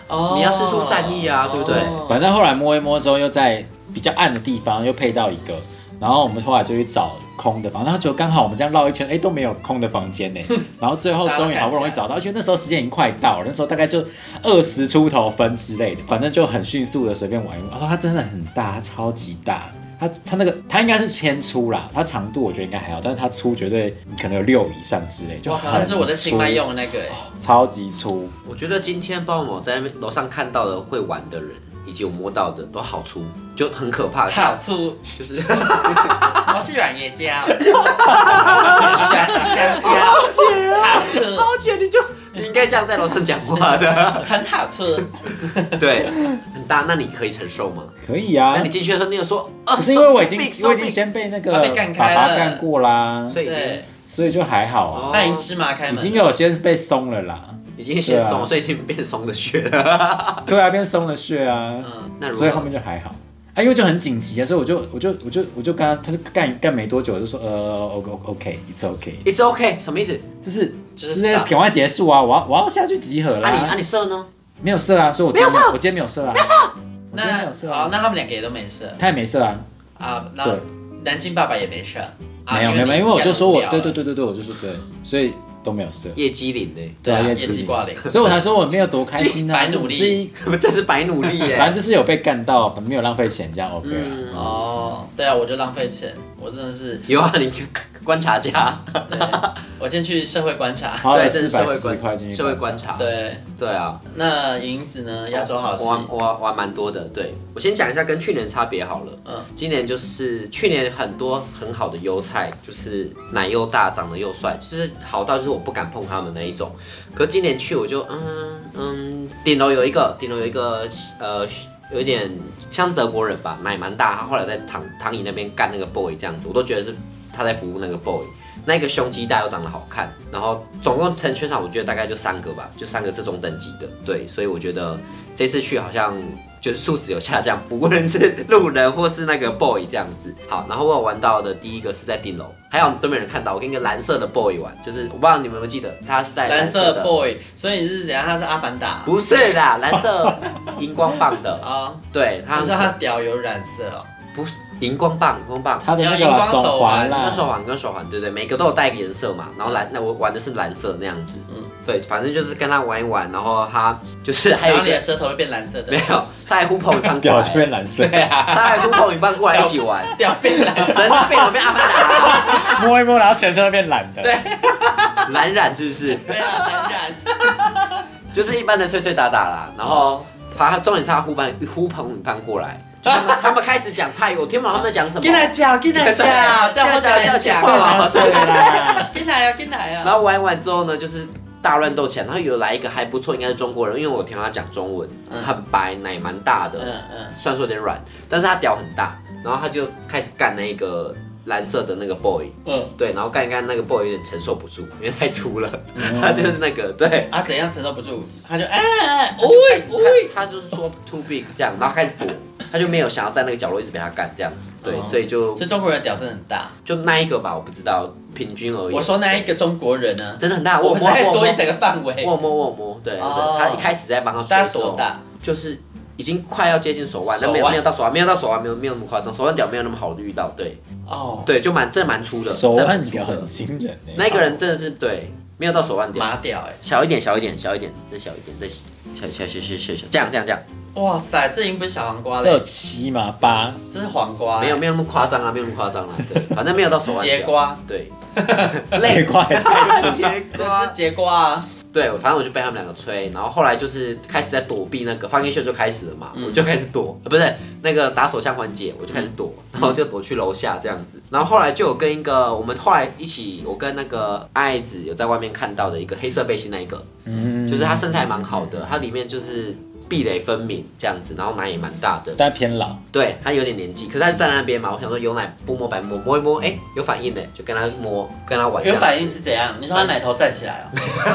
S1: 哦
S2: 你要施出善意啊对不对
S4: 反正后来摸一摸之后，又在比较暗的地方又配到一个，然后我们后来就去找空的房，然后就刚好我们这样绕一圈，哎、都没有空的房间呢。
S1: <laughs>
S4: 然后最后终于好不容易找到，而且那时候时间已经快到了，那时候大概就二十出头分之类的，反正就很迅速的随便玩一玩。哦，它真的很大，它超级大。它它那个它应该是偏粗啦，它长度我觉得应该还好，但是它粗绝对可能有六以上之类，就
S1: 哇，好
S4: 很
S1: 像是我在清迈
S4: 粗
S1: 用的那个、欸，
S4: 超级粗，
S2: 我觉得今天包某在那边楼上看到的会玩的人，以及我摸到的都好粗，就很可怕。
S1: 好粗。
S2: 就是
S1: <laughs> 我是软叶椒，我喜欢吃香蕉，好吃好吃，
S2: 而且你就你应该这样在楼上讲
S4: <laughs>
S2: 话的，
S1: 很好吃。
S2: 对，很大，那你可以承受吗？
S4: 可以啊。
S2: 那你进去的时候，你有说， <laughs> 啊
S4: 可是因为我已经
S2: so big, so
S4: 我已经
S2: big
S4: 先被那个
S1: 他
S4: 爸
S1: 被干开了
S4: 爸干过啦，
S2: 所以已
S1: 对
S2: 经，
S4: 所以就还好啊，
S2: 哦
S1: 那已经芝麻开
S4: 已
S1: 门，
S4: 经有先被松了啦。
S2: 已经先松
S4: 对啊
S2: 了，所以已经变松的血了。
S4: 对啊，变松了血啊，
S2: 那如
S4: 所以后
S2: 果
S4: 面就还好。啊，因为就很紧急啊，所以我就我就我就我就跟他，他就干干没多久，我就说呃，OK OK，一次 OK，
S2: it's okay 什么意思？
S4: 就是
S1: 就是
S4: 就是赶
S1: stop
S4: 快结束啊，我要我要下去集合
S2: 啊你啊
S4: 啦，
S2: 你射呢？
S4: 没有射啊，所以我今天
S2: 没有射
S4: 我今天没有射啊，没有射，我今天没
S1: 那
S4: 有射
S1: 哦
S4: 啊，，
S1: 那他们两个也都没事
S4: 他也没射啊，
S1: 啊。然后
S4: 对
S1: 南京爸爸也没事，啊
S4: 没有没有，没有因为
S1: 你
S4: 我就说我
S1: 干无聊
S4: 对
S1: 了
S4: 对对对对，我就说对，所以都没有射，
S2: 叶基林呢？
S1: 对啊，
S4: 对啊
S1: 业
S4: 业绩
S1: 绩挂零。
S4: 所以我才说我没有多开心啊，
S1: 白
S4: 就
S1: 努力
S4: 只是一
S2: <laughs> 这是白努力
S4: 反
S2: 耶
S4: 正。就是有被干到，没有浪费钱，这样 OK 啊了。
S2: 嗯
S1: 哦，对啊，我就浪费钱，我真的是
S2: 有啊，你观察家。
S1: 对
S6: 我进去社会观察，
S4: 花了
S6: 对，这是社会
S4: 440块进去
S6: 观社会观
S2: 哦
S6: 察。对，
S2: 对啊，
S6: 那银子呢？亚洲好戏，
S2: 我我我玩蛮多的。对我先讲一下跟去年差别好了。
S6: 嗯
S2: 嗯，今年就是去年很多很好的优菜，就是奶又大，长得又帅，就是好到就是我不敢碰他们那一种。可今年去我就嗯嗯，顶楼有一个，顶楼有一个呃。有一点像是德国人吧，奶蛮大。他后来在躺躺椅那边干那个 boy 这样子，我都觉得是他在服务那个 boy。那个胸肌大又长得好看，然后总共成全场我觉得大概就三个吧，就三个这种等级的，对，所以我觉得这次去好像就是素质有下降，不论是路人或是那个 <laughs> boy 这样子。好，然后我有玩到的第一个是在顶楼，还有都没有人看到，我跟一个蓝色的 boy 玩，就是我不知道你们有没有记得，他是在
S6: 蓝
S2: 色
S6: 色
S2: 的
S6: boy，所以你是怎样？他是阿凡达
S2: 不是啦，蓝色荧光棒的，
S6: 啊？
S2: 对，嗯
S6: <laughs>
S2: 他
S6: 你说他屌有染色哦？
S2: 不是荧光棒，荧光棒，
S4: 他的那个
S6: 要
S4: 啦
S6: 荧光手
S4: 手环
S6: 环
S2: 跟手
S4: 啦，
S2: 环跟手环，对不对？每个都有带一个颜色嘛。然后蓝，那我玩的是蓝色那样子。嗯，对，反正就是跟他玩一玩，然后他就是还有
S6: 然后
S2: 一
S6: 你的
S2: 个
S6: 舌头就变蓝色的
S2: 没，有，他还呼朋引伴过
S4: 表就
S2: 来，
S4: 变蓝色，
S2: 他还呼朋引伴过来一起玩，
S6: 屌变蓝色。
S2: 神经病，我被阿凡
S4: 摸一摸，然后全身都变蓝的。对，
S2: 达蓝染是不是？
S6: 对啊，蓝染。
S2: <laughs> 就是一般的吹吹打打啦。然后他重点是他呼朋呼朋引伴过来，就是他们他们开始讲泰语，我听不懂他们在讲什 <laughs> 么。
S6: 进来叫，进来叫，叫我叫人
S2: 进来
S6: 讲
S2: 叫
S6: 啊！
S4: 对啦，
S1: <laughs>
S6: 进来呀，进来
S2: 然
S6: 呀！
S2: 后玩一玩之后呢，就是大乱斗起来，然后有来一个还不错，应该是中国人，因为我听他讲中文，
S6: 嗯
S2: 很白，奶蛮大的，
S6: 嗯嗯，
S2: 虽然说有点软，但是他屌很大，然后他就开始干那个蓝色的那个 boy，
S6: 嗯，
S2: 对，然后干一干那个 boy 有点承受不住，因为太粗了， <laughs> 他就是那个
S6: <laughs>
S2: 对。
S6: 啊，怎样承受不住？他就哎哎，哎
S2: 他
S6: 喂
S2: 就开始
S6: 喂，
S2: 他他就是说 too big 这样，然后开始补，他就没有想要在那个角落一直被他干这样子，对，
S6: 哦
S2: 所以就
S6: 所以中国人的屌真的很大。
S2: 就那一个吧，我不知道，平均而言，
S6: 我说那一个中国人呢，
S2: 真的很大，
S6: 我
S2: 我
S6: 不是在
S2: 摸
S6: 说一整
S2: 我
S6: 个范围，
S2: 摸我摸我摸，对对
S6: 哦
S2: 对，他一开始在帮他吹
S6: 大
S2: 的
S6: 概
S2: 时候
S6: 多大？
S2: 就是已经快要接近手腕，但没
S6: 手
S2: 有
S6: 腕
S2: 没有到手腕，没有到手腕，没有没有那么夸张，手腕屌没有那么好遇到，对
S6: 哦，
S2: 对，就蛮这蛮粗的，
S4: 手
S2: 这
S4: 腕
S2: 蛮粗
S4: 表
S2: 的
S4: 很，惊人欸
S2: 那个人真的是对，没有到手腕屌，
S6: 麻屌哎！
S2: 小一点小一点小一点再小一点再小小小小小小这样这样这样，
S6: 哇塞，这已经不是小黄瓜
S4: 这有
S6: 了，
S4: 七吗？八，
S6: 这是黄瓜欸，
S2: 没有没有那么夸张啊，没有那么夸张啊，对，反正没有到手腕
S6: <laughs> 节
S2: 屌，
S6: 瓜，
S2: 对，
S4: 这块太
S2: <laughs>
S4: 粗。
S6: 这是节瓜啊！
S2: 对，反正我就被他们两个吹，然后后来就是开始在躲避那个放映秀就开始了嘛，我就开始躲，呃不是那个打手枪环节，我就开始躲，然后就躲去楼下这样子。然后后来就有跟一个我们后来一起，我跟那个爱子有在外面看到的一个黑色背心那一个，
S4: 嗯
S2: 就是他身材蛮好的，他里面就是壁垒分明这样子，然后奶也蛮大的，
S4: 但偏老，
S2: 对他有点年纪，可是他就站在那边嘛，我想说有奶不摸白摸，摸一摸，哎、有反应的，就跟他摸，跟他玩，
S6: 有反应，是怎样？你说他奶头站起
S1: 哦
S6: 来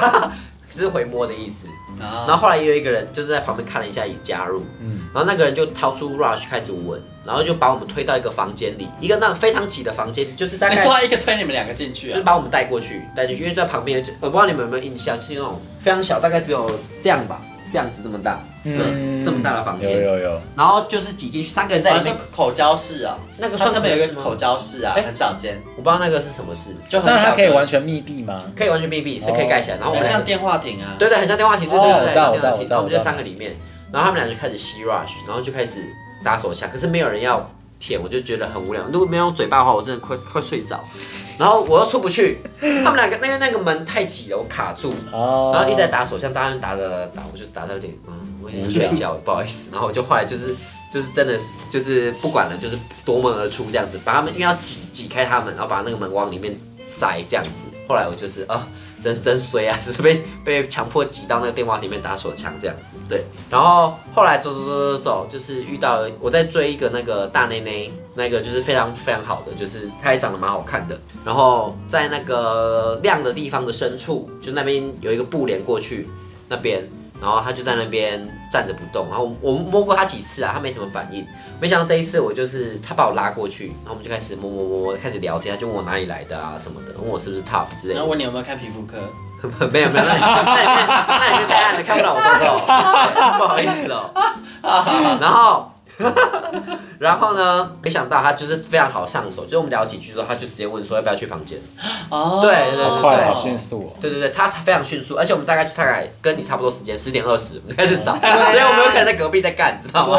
S2: 就是回摸的意思。
S6: 哦，
S2: 然后后来也有一个人就是在旁边看了一下，也加入，
S4: 嗯，
S2: 然后那个人就掏出 rush 开始闻，然后就把我们推到一个房间里，一个那个非常挤的房间，就是大
S6: 你
S2: 概
S6: 哎说他一个推你们两个进去
S2: 就
S6: 啊
S2: 是？把我们带过去，带进去，因为在旁边，我不知道你们有没有印象，就是那种非常小，大概只有这样吧，这样子这么大，对，这么大的房
S4: 嗯有
S2: 间，
S4: 有有，
S2: 然后就是挤进去，三个人在
S6: 在
S2: 里
S6: 那
S2: 面
S6: 个，口交室啊，
S2: 那个
S6: 它
S2: 算
S6: 上面有一个
S2: 吗
S6: 口，交室啊，
S2: 哎
S6: 很少见，
S2: 我不知道那个是什么事，
S6: 就很
S4: 那
S6: 小
S4: 它
S6: 个，
S4: 可以完全密闭吗？
S2: 可以完全密闭，是可以盖起来，然后我
S6: 很
S2: 们
S6: 像电话亭啊。
S2: 对对，很像电话亭，对
S4: 哦
S2: 对对，
S4: 我知道
S2: 很像
S4: 我知道我知道
S2: 电话亭然后我们就三个里面，然后他们俩就开始吸 rush，然后就开始打手枪，可是没有人要舔，我就觉得很无聊。如果没有用嘴巴的话，我真的快快睡着。然后我又出不去，他们两个那边那个门太挤了，我卡住，
S4: 哦，
S2: 然后一直在打手枪，打打打打打打，我就打到有点嗯，我也想睡觉，不好意思。然后我就后来就是就是真的是就是不管了，就是夺门而出这样子，把他们因为要挤挤开他们，然后把那个门往里面塞这样子。后来我就是啊、真真衰啊， <laughs> 就是被被强迫挤到那个电话里面打手枪这样子。对，然后后来走走走走走，就是遇到了我在追一个那个大内内，那个就是非常非常好的，就是她也长得蛮好看的。然后在那个亮的地方的深处，就那边有一个布帘过去那边，然后她就在那边站着不动。然后我我摸过她几次啊，她没什么反应。没想到这一次我就是她把我拉过去，然后我们就开始摸摸摸摸，开始聊天。她就问我哪里来的啊什么的，问我是不是 top 之类
S6: 然
S2: 的
S6: 后。问你有没有看皮肤科？
S2: <laughs> 没
S4: <laughs>
S2: 有没有，那里面那里面太暗了，看不到我痘痘，
S4: <laughs>
S2: 对不好意思哦。然后， <laughs> 然后呢？没想到他就是非常好上手，就是我们聊几句之后，他就直接问说要不要去房间。
S6: 哦，
S2: 对对对
S4: 好快，好迅速哦。
S2: 对对对，他非常迅速，而且我们大概就大概跟你差不多时
S4: <laughs> 啊
S2: 间，十点二十，我们就开始找，所以我们有可能在隔壁在干，你知道吗？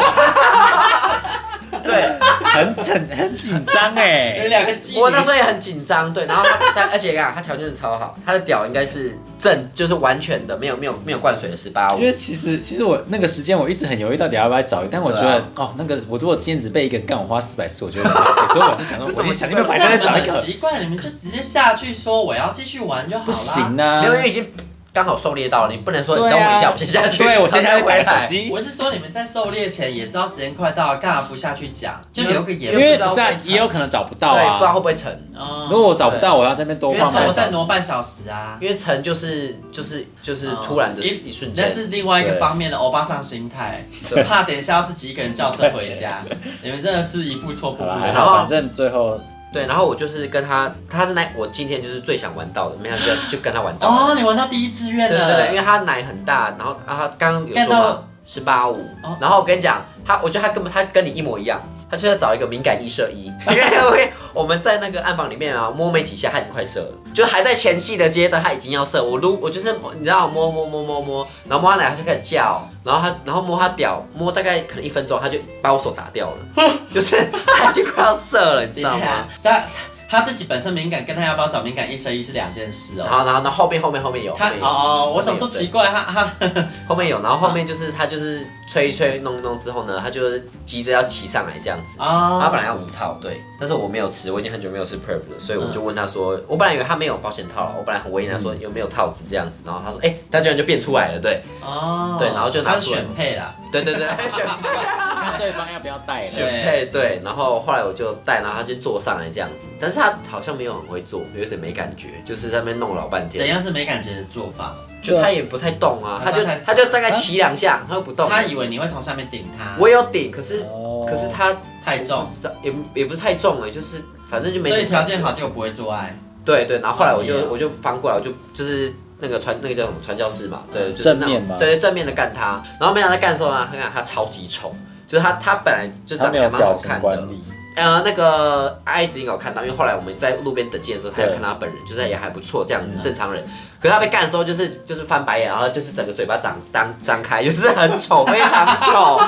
S2: 对，
S4: 很很很紧张
S1: 有
S4: 哎，
S1: 两个鸡，
S2: <laughs> 我那时候也很紧张，对，然后他他而且啊，他条件超好，他的屌应该是正，就是完全的，没有没有没有灌水的十八五
S4: 因，为其实其实我那个时间我一直很犹豫到底要不要找，但我觉得、
S2: 啊
S4: 哦，那个我如果今天只被一个干，我花四百四，我觉得很浪费，所以我就想说，我就想那个
S1: 不
S4: 百
S1: 是
S4: 单再
S1: 那
S4: 找一
S1: 很
S4: 个，
S1: 奇怪，你们就直接下去说我要继续玩就好了。
S4: 不行，啊，
S2: 没有，因为已经刚好狩猎到了，你不能说你
S4: 对
S2: 等我一下，
S4: 啊，
S2: 我先下去，
S4: 对我先下去
S2: 然后再
S4: 打
S2: 回来
S4: 手。机。
S1: 我是说你们在狩猎前也知道时间快到了，干嘛不下去讲？就留个言，
S4: 因
S1: 不
S4: 为
S1: 知道
S4: 不是啊
S1: 会不会
S4: 也有可能找不到
S2: 对，不知道
S4: 啊
S2: 会。不会成，
S1: 哦
S4: 如果我找不到，我要在那边多
S1: 因为
S4: 放
S1: 说
S4: 半
S1: 我
S4: 小
S1: 再挪
S4: 时。
S1: 半小时啊，哦
S2: 因为成就是就是就是
S4: 哦
S2: 突然的一瞬间
S1: 那，是另外一个
S2: 对
S1: 方面的欧巴桑心态，啊怕等一下要自己一个人叫车回家。你们真的是一步错步
S4: 好
S1: 步
S4: 啦，
S1: 错。
S4: 还
S2: 然
S4: 好，
S2: 后
S4: 反正最
S2: <laughs>
S4: 后
S2: 对，然后我就是跟他，他是那我今天就是最想玩到的，没想到就就跟他玩到了。
S1: 哦，你玩到第一志愿
S2: 对对
S1: 了，
S2: 对，因为他奶很大，然后啊，他刚刚有
S1: 干
S2: 说
S1: 到
S2: 嘛，十八五
S1: 哦，
S2: 然后我跟你讲，他我觉得他根本他跟你一模一样，他就在找一个敏感一射一，因
S1: <laughs>
S2: 为我们在那个暗房里面啊，摸没几下他已经快射了，就还在前戏的阶段，他已经要射，我撸我就是你知道我摸摸摸摸摸，然后摸他奶他就开始叫，然后他然后摸他屌，摸大概可能一分钟他就把我手打掉了，就是他就快要射了，你知
S1: 等一
S2: 道吗
S1: <laughs> 下？，他他自己本身敏感，跟他要不要找敏感医生医是两件事
S2: 然
S1: 哦。
S2: 后，然后，然后后面后面后面有，
S1: 他
S2: 后面有
S1: 哦，我想说奇，怪，他他
S2: 对后面有，然后后面就是他就是吹一吹弄一弄之后呢，他就是急着要骑上来这样子。他
S1: 啊，
S2: 本来要五套，对，但是我没有吃，我已经很久没有吃 prep 了，所以我就问他
S1: 嗯
S2: 说，我本来以为他没有保险套了，我本来很为难说有没有套子这样子，然后他说，哎，他居然就变出来了，对，
S1: 哦，
S2: <laughs> 对然后就拿
S1: 他是
S2: 出来
S1: 选配啦，
S2: 对对对，
S1: <laughs>
S2: 选
S4: 看对方要不要带了。
S1: 对，
S2: 配对，然后后来我就带，然后他就坐上来这样子，但是他好像没有很会坐，有点没感觉，就是在那边弄了老半
S1: 怎
S2: 天，
S1: 样是没感觉的做法？
S2: 就他也不太动啊，他就
S1: 他上来
S2: 他就大概骑两下，他又不动，
S1: 他以为你会从下面顶他，
S2: 我也有顶，可是、
S4: 哦
S2: 可是它
S1: 太重，
S2: 也也不是太重哎、就是反正就没。
S1: 所以条件好，结果不会做爱。
S2: 对对，然后后来我就
S1: 好奇啊
S2: 我就翻过来，我就就是那个传那个叫什么传教士嘛，对，就是
S4: 正
S2: 那种
S4: 面吗
S2: 对正面的干他，然后没想到干的时候呢，他看他超级丑。就是他，他本来就
S4: 他
S2: 长
S4: 没
S2: 得还
S4: 有
S2: 蛮好
S4: 表情
S2: 看
S4: 管
S2: 的。
S4: 理，
S2: 呃，那个阿姨子应该有看到，因为后来我们在路边等见的时候，他有
S4: 对
S2: 看到他本人，就是也还不错，这样子正常人。可是他被干的时候，就是就是翻白眼，然后就是整个嘴巴张张张开，就是很丑，非常丑，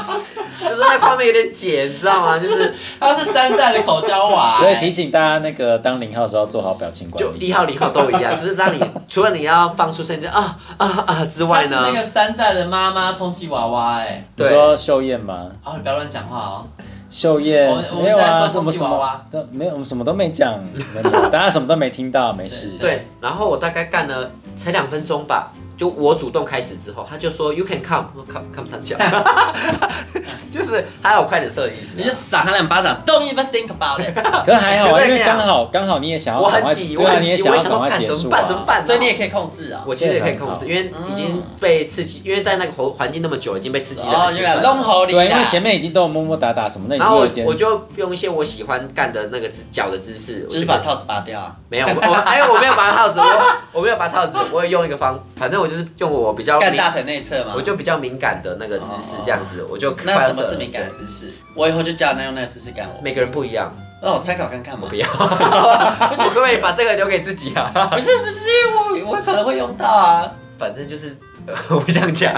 S2: 就是那方面有点解，你知道吗？就是
S1: 他是山寨的口交
S2: <laughs>
S1: 娃、欸
S4: 所以提醒大家，那个当零号的时候做好表情管
S2: 哎就
S4: 理。
S2: 一号、零号都一样，就是让你除了你要放出声音就啊啊啊之
S1: 他
S2: 外
S1: 是那个
S2: 呢，
S1: 山寨的妈妈充气娃娃哎、
S4: 你说秀艳吗？
S1: 哦，你不要乱讲话哦。
S4: 秀艳
S1: 我们
S4: 没有
S1: 我
S4: 啊，
S1: 们是在说
S4: 什么什
S1: 吉娃娃
S4: 么都没有，我们什么都没讲，没有大家什么都没听到，没事。
S2: 对，然后我大概干了才两分钟吧，就我主动开始之后，他就说 You can come，我说 come come 上脚， <laughs> 就是还有快点射的意思
S1: 你就。赏他两巴掌，Don't even think about
S2: <laughs>
S1: it。
S4: 可是还好
S2: 可
S4: 啊，
S2: 是
S4: 因为
S2: 那样
S4: 刚好刚好你也想要
S2: 我
S4: 赶快，
S2: 很急，
S4: 对
S2: 我
S4: 啊，
S2: 很
S4: 你也
S2: 急，
S4: 想
S2: 我也
S4: 要赶
S2: 想说
S4: 快
S2: 干
S4: 结
S2: 怎
S4: 束
S2: 么办？怎么
S4: 啊。
S2: 办？
S1: 所以你也可以控制啊、嗯
S2: 我其实也可以控制，因为已经被刺激，因为在那个环环境那么久，已经被刺激
S1: 哦，
S2: 到很
S1: 就
S2: 兴
S1: 是
S2: 奋。
S1: 弄好你啦。
S4: 对，啊因为前面已经都有么么打打什么，那已
S2: 啊然
S4: 经
S2: 后
S4: 有
S2: 我
S4: 点
S2: 我就用一些我喜欢干的那个姿脚的姿势，
S1: 就是把套子拔掉啊，
S2: 没有，我我哎，我没有拔套
S1: <laughs>
S2: 子，我我没有拔套子，我有用一个方，反正我就是用我比较
S1: 干
S2: 敏
S1: 大腿内侧嘛
S2: 我。就比较敏感的那个姿势，这样子我就快
S1: 那
S2: 要
S1: 什么
S2: 射
S1: 是
S2: 了
S1: 敏感的？姿势？我以后就叫人家用那个姿势干我，哦
S2: 每个人不一
S1: <laughs>
S2: 样，
S1: 让我参考看看嘛
S2: 不。要，不是，可不可以把这个留给自己啊？ <laughs>
S1: 不是不是，因为我我可能会用到啊。
S2: 反正就是。 <laughs> 呃我不想讲，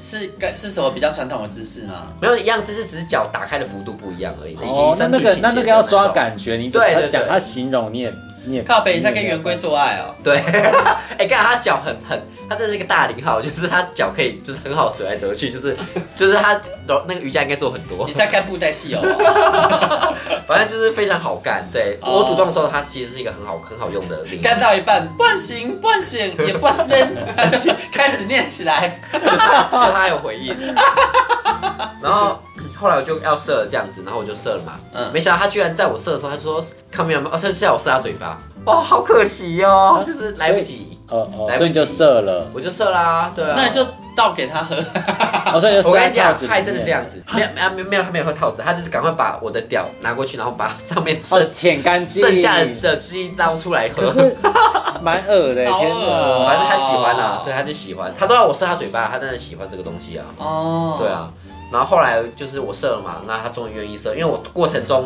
S1: 是干是什么比较传统的姿势吗？
S2: 没有一样姿势，只是脚打开的幅度不一样而已。已
S4: 哦那
S2: 经，身
S4: 那
S2: 体
S4: 个
S2: 倾斜
S4: 那
S2: 的
S4: 那个要
S2: 种
S4: 抓，感觉，你
S2: 对对
S4: 他讲
S2: 对
S4: 他形容你也你也
S1: 靠北一下跟
S4: 你也
S1: 圆规做爱哦、
S2: <laughs> 对。 <laughs> 哎，看他脚很很，他真的是一个大零号，就是他脚可以就是很好折来折去， <laughs> 就是就是他那个瑜伽应该做很多
S1: 你。是在干布袋戏哦、喔？
S2: 反正就是非常好干。对、
S1: 哦
S2: 我主动的时候，它其实是一个很好很好用的零。
S1: 干到一半，半醒半醒也半
S2: <laughs>
S1: 身， <laughs> 开始念起来。
S2: 就它还有
S1: <laughs>
S2: 回应。然后后来我就要射了这样子，然后我就射了嘛。
S1: 嗯
S2: 没想到他居然在我射的时候，他就说 “come here”，哦，他是要我射他嘴巴。哦，好可惜哦，就是来不及，
S4: 哦哦，
S2: 来不及
S4: 所以你就射了，
S2: 我就射啦、对啊。
S1: 那你就倒给他喝。
S4: 哦，所以你就射
S2: <laughs> 我跟
S4: 在
S2: 你讲
S4: 套，子里
S2: 他还真的
S4: 面
S2: 这样子，没有没有没有没有他没有喝套子，他就是赶快把我的屌拿过去，然后把上面
S4: 哦，
S2: 剩、
S4: 舔干净，
S2: 剩下的的汁液捞出来喝
S4: 可。是 <laughs> 蛮恶的，欸
S1: 好
S4: 天
S1: 恶哦
S4: 哪！
S2: <laughs> 反正他喜欢啦、
S1: 哦
S2: 对，他就喜欢，他都让我射他嘴巴，他真的喜欢这个东西啊。
S1: 哦
S2: 对，啊，然后后来就是我射了嘛，那他终于愿意射，因为我过程中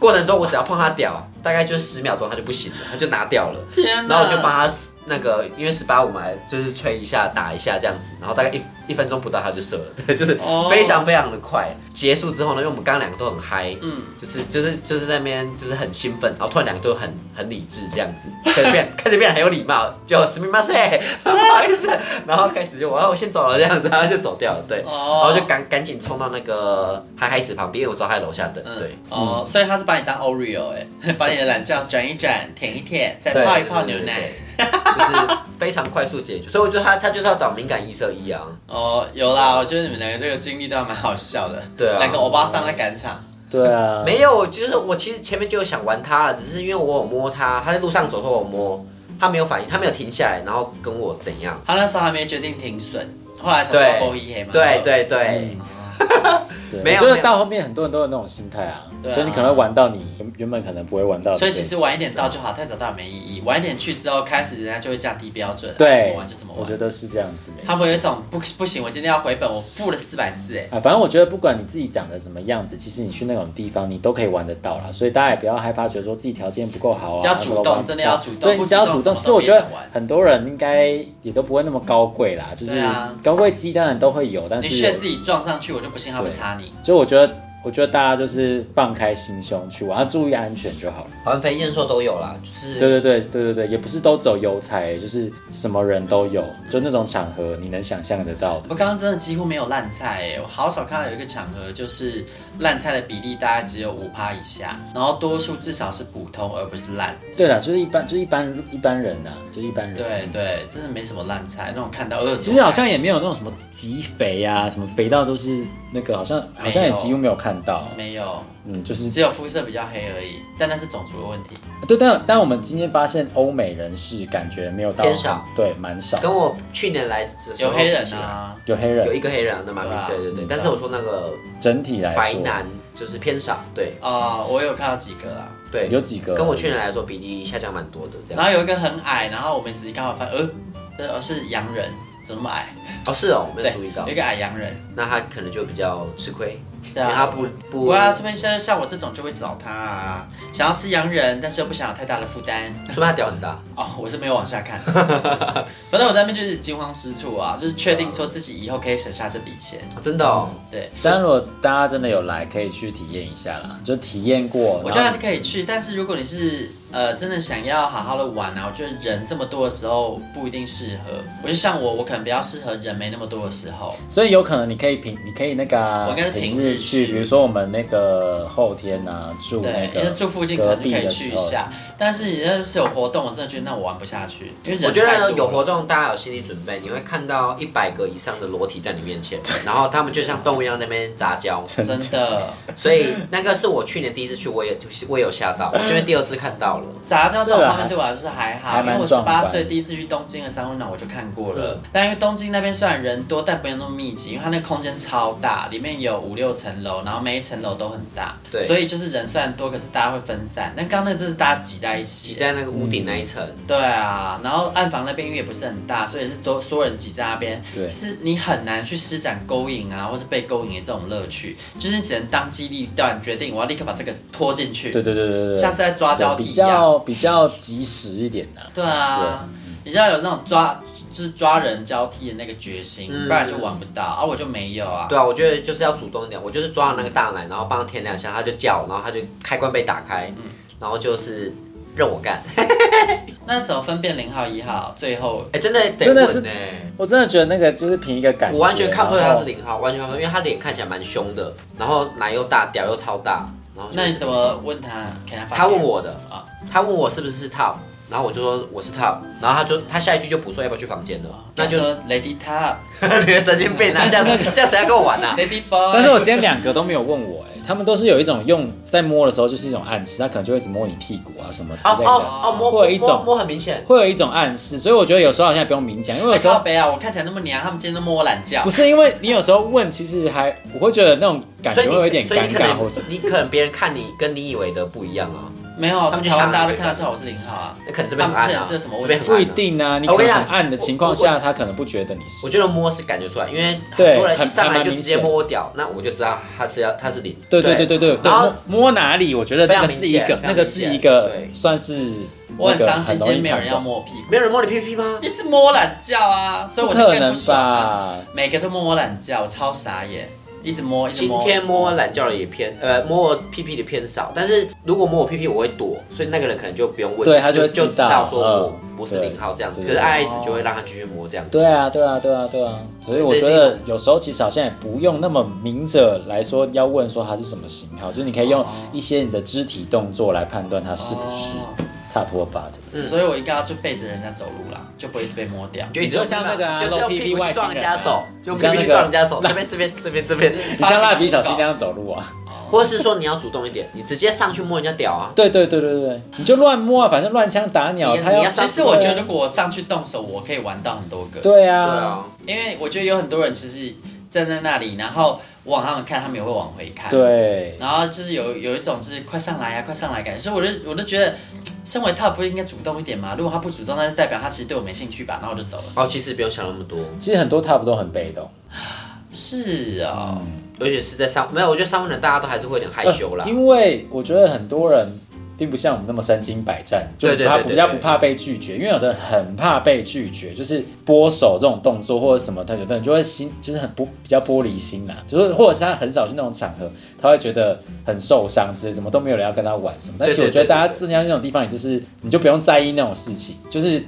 S2: 过程中我只要碰他屌，大概就十秒钟他就不行了，他就拿掉
S4: <laughs>
S2: 了。
S6: 天
S2: 然后我就帮他那个，因为十八我们还就是吹一下打一下这样子，然后大概一一分钟不到他就射了，对，就是
S6: 哦
S2: 非常非常的快。结束之后呢，因为我们刚刚两个都很嗨，
S6: 嗯，
S2: 就是就是就是那边就是很兴奋，然后突然两个都很很理智这样子，开始变开始变得很有礼貌，就死命骂谁， <laughs> 不好意思，然后开始就我要我先走了这样子，然后就走掉了，对，然后
S6: 哦
S2: 就赶赶紧冲到那个嗨嗨子旁边，因为我知道他在楼下等，对。
S6: 哦，所以他是把你当 Oreo 哎、
S1: <laughs>
S6: 把你的懒觉转一转，舔一舔，再
S2: 对
S6: 泡一泡牛奶。，
S2: 对对对对就是非常快速解决。所以我觉得他他就是要找敏感一色一啊，
S6: 哦，有啦，我觉得你们两个这个经历都还蛮好笑的。
S2: 对啊
S6: 两个欧巴桑在赶场。
S4: 对啊，
S2: 没有，我就是我其实前面就有想玩他了，只是因为我有摸他，他在路上走的时候我摸，他没有反应，他没有停下来，然后跟我怎样？
S6: 他那时候还没决定停损，后来想
S2: 对
S6: 说勾一黑嘛。
S2: 对对
S1: 嗯
S2: 对，
S4: 对
S2: 没有
S4: 我觉
S2: 没
S4: 得
S2: 有
S4: 到后面很多人都有那种心态啊，
S6: 对啊
S4: 所以你可能会玩到你原原本可能不会玩到的
S1: 所
S4: 这
S1: 以
S4: 一
S1: 其实
S4: 次。
S1: 晚一点到就好，太早到也没意义。晚一点去之后，开始人家就会降低标准，怎
S4: 对
S1: 么玩就怎么，
S4: 我觉
S1: 玩。
S4: 得是这样子没错。
S1: 他们有一种不不行，我今天要回本，我付了四百四，哎，
S4: 啊，反正我觉得不管你自己长得什么样子，其实你去那种地方，你都可以玩得到啦。所以大家也不要害怕，觉得说自己条件不够好啊，
S1: 要主动
S4: 什么玩不到
S1: 真的要主动
S4: 对，
S1: 不
S4: 你只要
S1: 主动
S4: 主动。
S1: 什么
S4: 其
S1: 都
S4: 实我觉
S1: 别
S4: 得
S1: 想玩
S4: 很多人应该也都不会那么高贵啦，就是
S1: 对啊
S4: 高贵鸡当然都会有，但
S1: 你
S4: 是
S1: 血自己撞上去，我就不信他会插你。
S4: 所以我觉得，我觉得大家就是放开心胸去玩，要啊注意安全就好了。
S2: 环肥燕瘦都有啦，就是
S4: 对对对对对对，也不是都只有邮差，就是什么人都有，就那种场合你能想象得到的。
S1: 我刚刚真的几乎没有烂菜、欸，我好少看到有一个场合就是烂菜的比例大概只有五趴以下，然后多数至少是普通而不是烂。
S4: 对啦，就是一般，就是一般一般人呐、就一般人。啊
S1: 对对，真的没什么烂菜，那种看到呃，
S4: 其实好像也没有那种什么极肥啊，什么肥到都是那个，好像好像也几乎没有看到。
S1: 没有，
S4: 嗯，就是
S1: 只有肤色比较黑而已，但那是种族的问题。
S4: 对，但但我们今天发现欧美人士感觉没有到
S2: 偏少，
S4: 对，蛮少。
S2: 跟我去年来的时
S1: 有
S2: 候
S1: 黑人
S2: 比起来，
S1: 啊，
S4: 有黑
S2: 有
S4: 人，
S2: 一个黑人那蛮
S1: 对啊
S2: 对对对
S4: 嗯，
S2: 但是我说那个
S4: 整体来
S2: 白
S4: 说，
S2: 男就是偏少，对
S1: 啊、我有看到几个啦，
S2: 对，
S4: 有几个
S2: 跟我去年来说比例下降蛮多的这
S1: 然
S2: 样。
S1: 后有一个很矮，然后我们仔细看，我发现呃，呃是洋人，怎么那么矮？
S2: 哦，是哦，我没
S1: 对
S2: 有注意，到
S1: 有一，个矮洋人，
S2: 那他可能就比较吃亏，
S1: 对
S2: 因为他
S1: 啊。
S2: 不不
S1: 不啊，说不定像像我这种就会找他啊，想要吃洋人，但是又不想有太大的负担。
S2: 说他屌很大，
S1: 哦，我是没有往下看，
S4: <laughs>
S1: 反正我在那边就是惊慌失措啊，就是确定说自己以后可以省下这笔钱。
S2: 哦真的哦，
S1: 对，
S4: 但如果大家真的有来，可以去体验一下啦，就体验过。
S1: 我觉得还
S4: 然
S1: 是
S4: 后
S1: 可以去，但是如果你是呃真的想要好好的玩啊，我觉得人这么多的时候不一定适合。我就像我，我可能比较适合人没那么多的时候。
S4: 所以有可能你可以平，你可以那个啊、
S1: 我应该是
S4: 平
S1: 平日
S4: 去，
S1: 去
S4: 比如说我们那个后天啊住那
S1: 对，因为
S4: 个
S1: 住附近可
S4: 隔
S1: 能就
S4: 壁
S1: 可以
S4: 的
S1: 去
S4: 时
S1: 一
S4: 候，
S1: 下，但是你要是有活动，我真的觉得那我玩不下去，因为人
S2: 我觉
S1: 太多
S2: 得
S1: 了
S2: 有活动，大家有心理准备，你会看到一百个以上的裸体在你面前，然后他们就像动物一样在那边杂交。
S1: 真的
S2: 所以那个是我去年第一次去，我也就是我也有吓到，我是因为第二次看到了。
S1: 杂交这种
S4: 对啊
S1: 方面对我来说是还好，
S4: 还
S1: 因为
S4: 蛮
S1: 我十
S4: 壮
S1: 八
S4: 观嗯
S1: 岁第一次去东京的三温暖我就看过了。但因为东京那边虽然人多，但没有那么密集，因为它那个空间超大，里面有五六层楼，然后每一层楼都很大，
S2: 对
S1: 所以就是人虽然多，可是大家会分散。但刚刚那个真的是大家挤在一起
S2: 挤，在那个屋顶那一层，
S1: 对啊，然后暗房那边因为也不是很大，所以是多所有人挤在那边，
S4: 对
S1: 是你很难去施展勾引啊，或是被勾引的这种乐趣，就是你只能当机立断决定，我要立刻把这个拖进去，
S4: 对对对对对对，
S1: 像是在抓交替
S4: 比
S1: 一样。
S4: 较比较及时一点呐、
S1: 对啊，比较有那种抓就是抓人交替的那个决心，不
S2: 嗯
S1: 然就玩不到啊，我就没有啊。
S2: 对啊，我觉得就是要主动一点。我就是抓了那个大奶，然后帮他舔两下，他就叫，然后他就开关被打开，然后就是任我干。
S1: 那怎么分辨零号一号？最后
S2: 哎，真的得欸
S4: 真的
S2: 问
S4: 是
S2: 呢，
S4: 我真的觉得那个就是凭一个感觉，啊
S2: 我完全看不出来
S4: 然
S2: 他
S4: 后
S2: 是零号，完全看不出来，因为他脸看起来蛮凶的，然后奶又大，屌又超大，然后就是
S1: 那你怎么问他？给他发？
S2: 他问我的
S1: 啊
S2: 他问我是不是 top，然后我就说我是 top，然后他就他下一句就补说要不要去房间了，那
S1: 那
S2: 就
S1: 就 Lady Top，Lady
S2: 你的神经病啊！这样这样谁要跟我玩啊？
S1: Boy。
S4: 但是我今天两个都没有问我、哎，他们都是有一种用在摸的时候就是一种暗示，他可能就会一直摸你屁股啊什么之
S2: 哦
S4: 类的，
S2: 哦哦，摸
S4: 会有
S2: 摸
S4: 一种
S2: 摸摸很明显，
S4: 会有一种暗示，所以我觉得有时候好像也不用明讲，因为有
S1: 哎
S4: 时
S1: 靠
S4: 候
S1: 北啊！我看起来那么娘，他们今天都摸我懒觉
S4: 不。是因为你有时候问，其实还我会觉得那种感
S2: 所
S4: 觉
S2: 以
S4: 会
S2: 你
S4: 有一点
S2: 所以
S4: 尴
S2: 你可
S4: 尬，或
S2: 能
S4: 是
S2: 你可能别人看你跟你以为的不一样啊。
S1: 没有，
S2: 他
S1: 在
S2: 们
S1: 台湾大家都
S2: 就想
S1: 看得出来我是零号啊。
S2: 那可能这边
S1: 他
S2: 很
S1: 们之前
S2: 暗啊，
S1: 是什么
S2: 这
S1: 问
S2: 边
S1: 题？
S2: 很
S4: 不
S2: 暗
S4: 一
S2: 啊。
S4: 定啊，你
S2: 我
S4: 可
S2: 跟
S4: 能
S2: 你
S4: 很
S2: 讲
S4: 暗的情况下，他可能不觉得你是
S2: 我。觉得摸是感觉出来，因为
S4: 对
S2: 很多人
S4: 很
S2: 一上来
S4: 还蛮
S2: 就直
S4: 明
S2: 接
S4: 显
S2: 摸屌，那我就知道他是要他是零。
S4: 对对对对对对，
S2: 然后
S4: 摸摸哪里？我觉得那个是一
S2: 非常
S4: 个
S2: 明，显
S4: 那个是一个
S2: 对
S4: 算是
S1: 我很
S4: 那个
S1: 伤心，
S4: 容
S1: 今天
S4: 易
S1: 没有人要
S4: 判断，
S1: 摸我屁股，
S2: 没有人摸你屁屁吗？
S1: 一直摸我懒觉啊，所以
S4: 不
S1: 我就
S4: 可
S1: 更
S4: 能
S1: 不爽啊。
S4: 吧？
S1: 每个都摸我懒觉，我超傻眼，一直摸，一直
S2: 今
S1: 摸。
S2: 天摸懒觉的也偏，呃，摸我屁屁的偏少。但是如果摸我屁屁，我会躲，所以那个人可能就不用问，
S4: 对他就
S2: 就
S4: 会
S2: 就
S4: 知道
S2: 说我
S4: 嗯
S2: 不是零号这样子。
S4: 对
S2: 可是爱爱子就会让他继续摸这样子。
S4: 对啊，对啊，对啊，对啊。所以我
S2: 这
S4: 觉
S2: 是一
S4: 得
S2: 种
S4: 有时候其实好像也不用那么明着来说要问说它是什么型号，就是你可以用一些你的肢体动作来判断它是不是
S1: 哦
S4: top or bottom。
S1: 所以我应该要就背着人家走路啦，就不会一直被摸掉。
S2: 就一直
S4: 你就像那个啊
S2: 就是用
S4: 露屁
S2: 屁
S4: 屁
S2: 股去
S4: 外星
S2: 撞
S4: 人
S2: 人家手，用屁
S4: 像
S2: 屁
S4: 那
S2: 去
S4: 个
S2: 撞人家手，这边这边这边
S4: <laughs>
S2: 这边，
S4: 你像蜡笔小新那样走路啊？
S2: 或是说你要主动一点，你直接上去摸人家屌啊。
S4: 对对对对对，你就乱摸啊，反正乱枪打
S1: 哦
S4: 鸟，
S2: 你
S4: 他
S2: 你要
S4: 要
S2: 上
S1: 其实我觉得，如果我上去动手，我可以玩到很多个。
S4: 对
S2: 对
S4: 啊，
S2: 啊，
S1: 因为我觉得有很多人其实站在那里，然后我往他们看，他们也会往回看。。
S4: 对，
S1: 然后就是有有一种就是快上来呀、啊快上来感觉，所以我就我就觉得，身为他不是应该主动一点吗？如果他不主动，那就代表他其实对我没兴趣吧，然后我就走了。
S2: 哦，其实不用想那么多，
S4: 其实很多 top 都很被动，
S1: 是哦，
S2: 而且是在上没有，我觉得上半场大家都还是会有点害羞啦。
S4: 呃因为我觉得很多人并不像我们那么身经百战，就
S2: 对对
S4: 他
S2: 对对
S4: 比较
S2: 对
S4: 不怕被拒绝，因为有的人很怕被拒绝，就是拨手这种动作或者什么，他有的人就会心就是很不比较玻璃心啦，就是或者是他很少去那种场合，他会觉得很受伤之类，怎么都没有人要跟他玩什么。但是
S2: 对对
S4: 我觉得
S2: 对对
S4: 大家
S2: 对
S4: 尽量那种地方，也就是你就不用在意那种事情，就是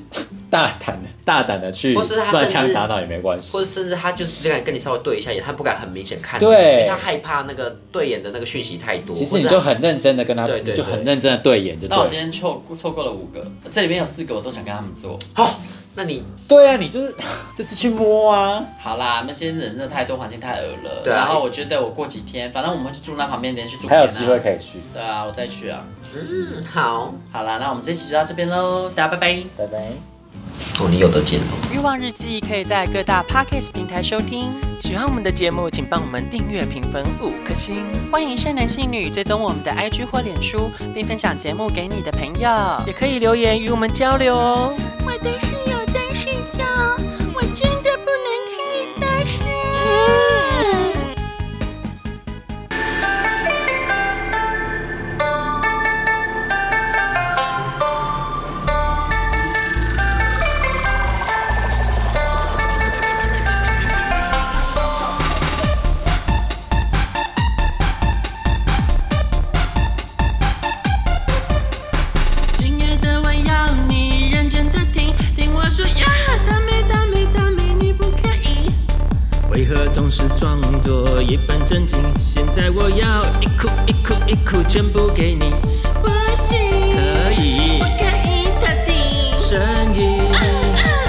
S4: 大胆的大胆的去
S2: 或是他
S4: 乱
S2: 甚
S4: 枪
S2: 至
S4: 打闹也没关系
S2: 或者。甚至他就是只敢跟你稍微对一下眼，他不敢很明显看你，
S4: 对
S2: 因为他害怕那个对眼的那个讯息太多。
S4: 其实
S2: 或是
S4: 你就很认真的跟他，
S2: 对对对
S4: 你就很认真的对眼就对
S1: 那我
S4: 了。
S1: 今天错过错过了五个，这里面有四个我都想跟他们做。
S2: 哦，那你
S4: 对啊，你就是 <laughs> 就是去摸啊。
S1: 好啦，那今天人真的太多，环境太恶了。
S2: 对啊
S1: 然后我觉得我过几天，反正我们就住那旁边，连续住、啊。
S4: 还有机会可以去。
S1: 对啊，我再去啊。
S2: 嗯好，
S1: 好啦，那我们这期就到这边喽，大家拜拜。
S4: 拜拜。
S2: 哦你有的见哦。
S7: 欲望日记可以在各大 podcast 平台收听。喜欢我们的节目，请帮我们订阅、评分五颗星。欢迎善男信女追踪我们的 IG 或脸书，并分享节目给你的朋友，也可以留言与我们交流哦。
S8: 我的室友在睡觉，我真的不能开大声。亲爱的，我要你认真的听，听我说呀，大美大美大美，你不可以。
S9: 为何总是装作一本正经？现在我要一哭一哭一哭全部给你，
S8: 不行，
S9: 可以
S8: 不可以他听。
S9: 声音，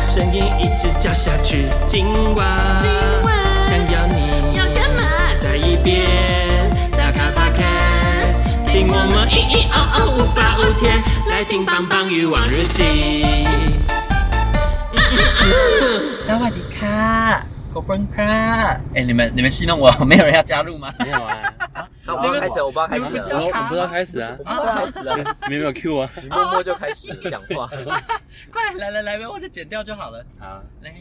S9: 声音一直叫下去，今晚，
S8: 今晚
S9: 想要你，
S8: 要干嘛？
S9: 再一遍，打开 Podcast，听我们咿咿哦哦无法无天，来听棒棒欲望日记。
S10: 萨瓦迪卡，狗崩卡。哎，你们你们戏弄我， <laughs> 没有人要加入
S9: <laughs>
S10: 吗？
S11: 没有啊，
S2: 好，我要开始了，我不要开始
S10: 你们不是
S2: 了，
S10: 要
S11: 我
S2: 我
S11: 我不知道开始啊，
S2: 不要开始了，
S11: 没有 Q 啊。
S2: 你默默就开始讲话。
S10: 快来来来，我再剪掉就好了。
S11: 好。
S10: 来。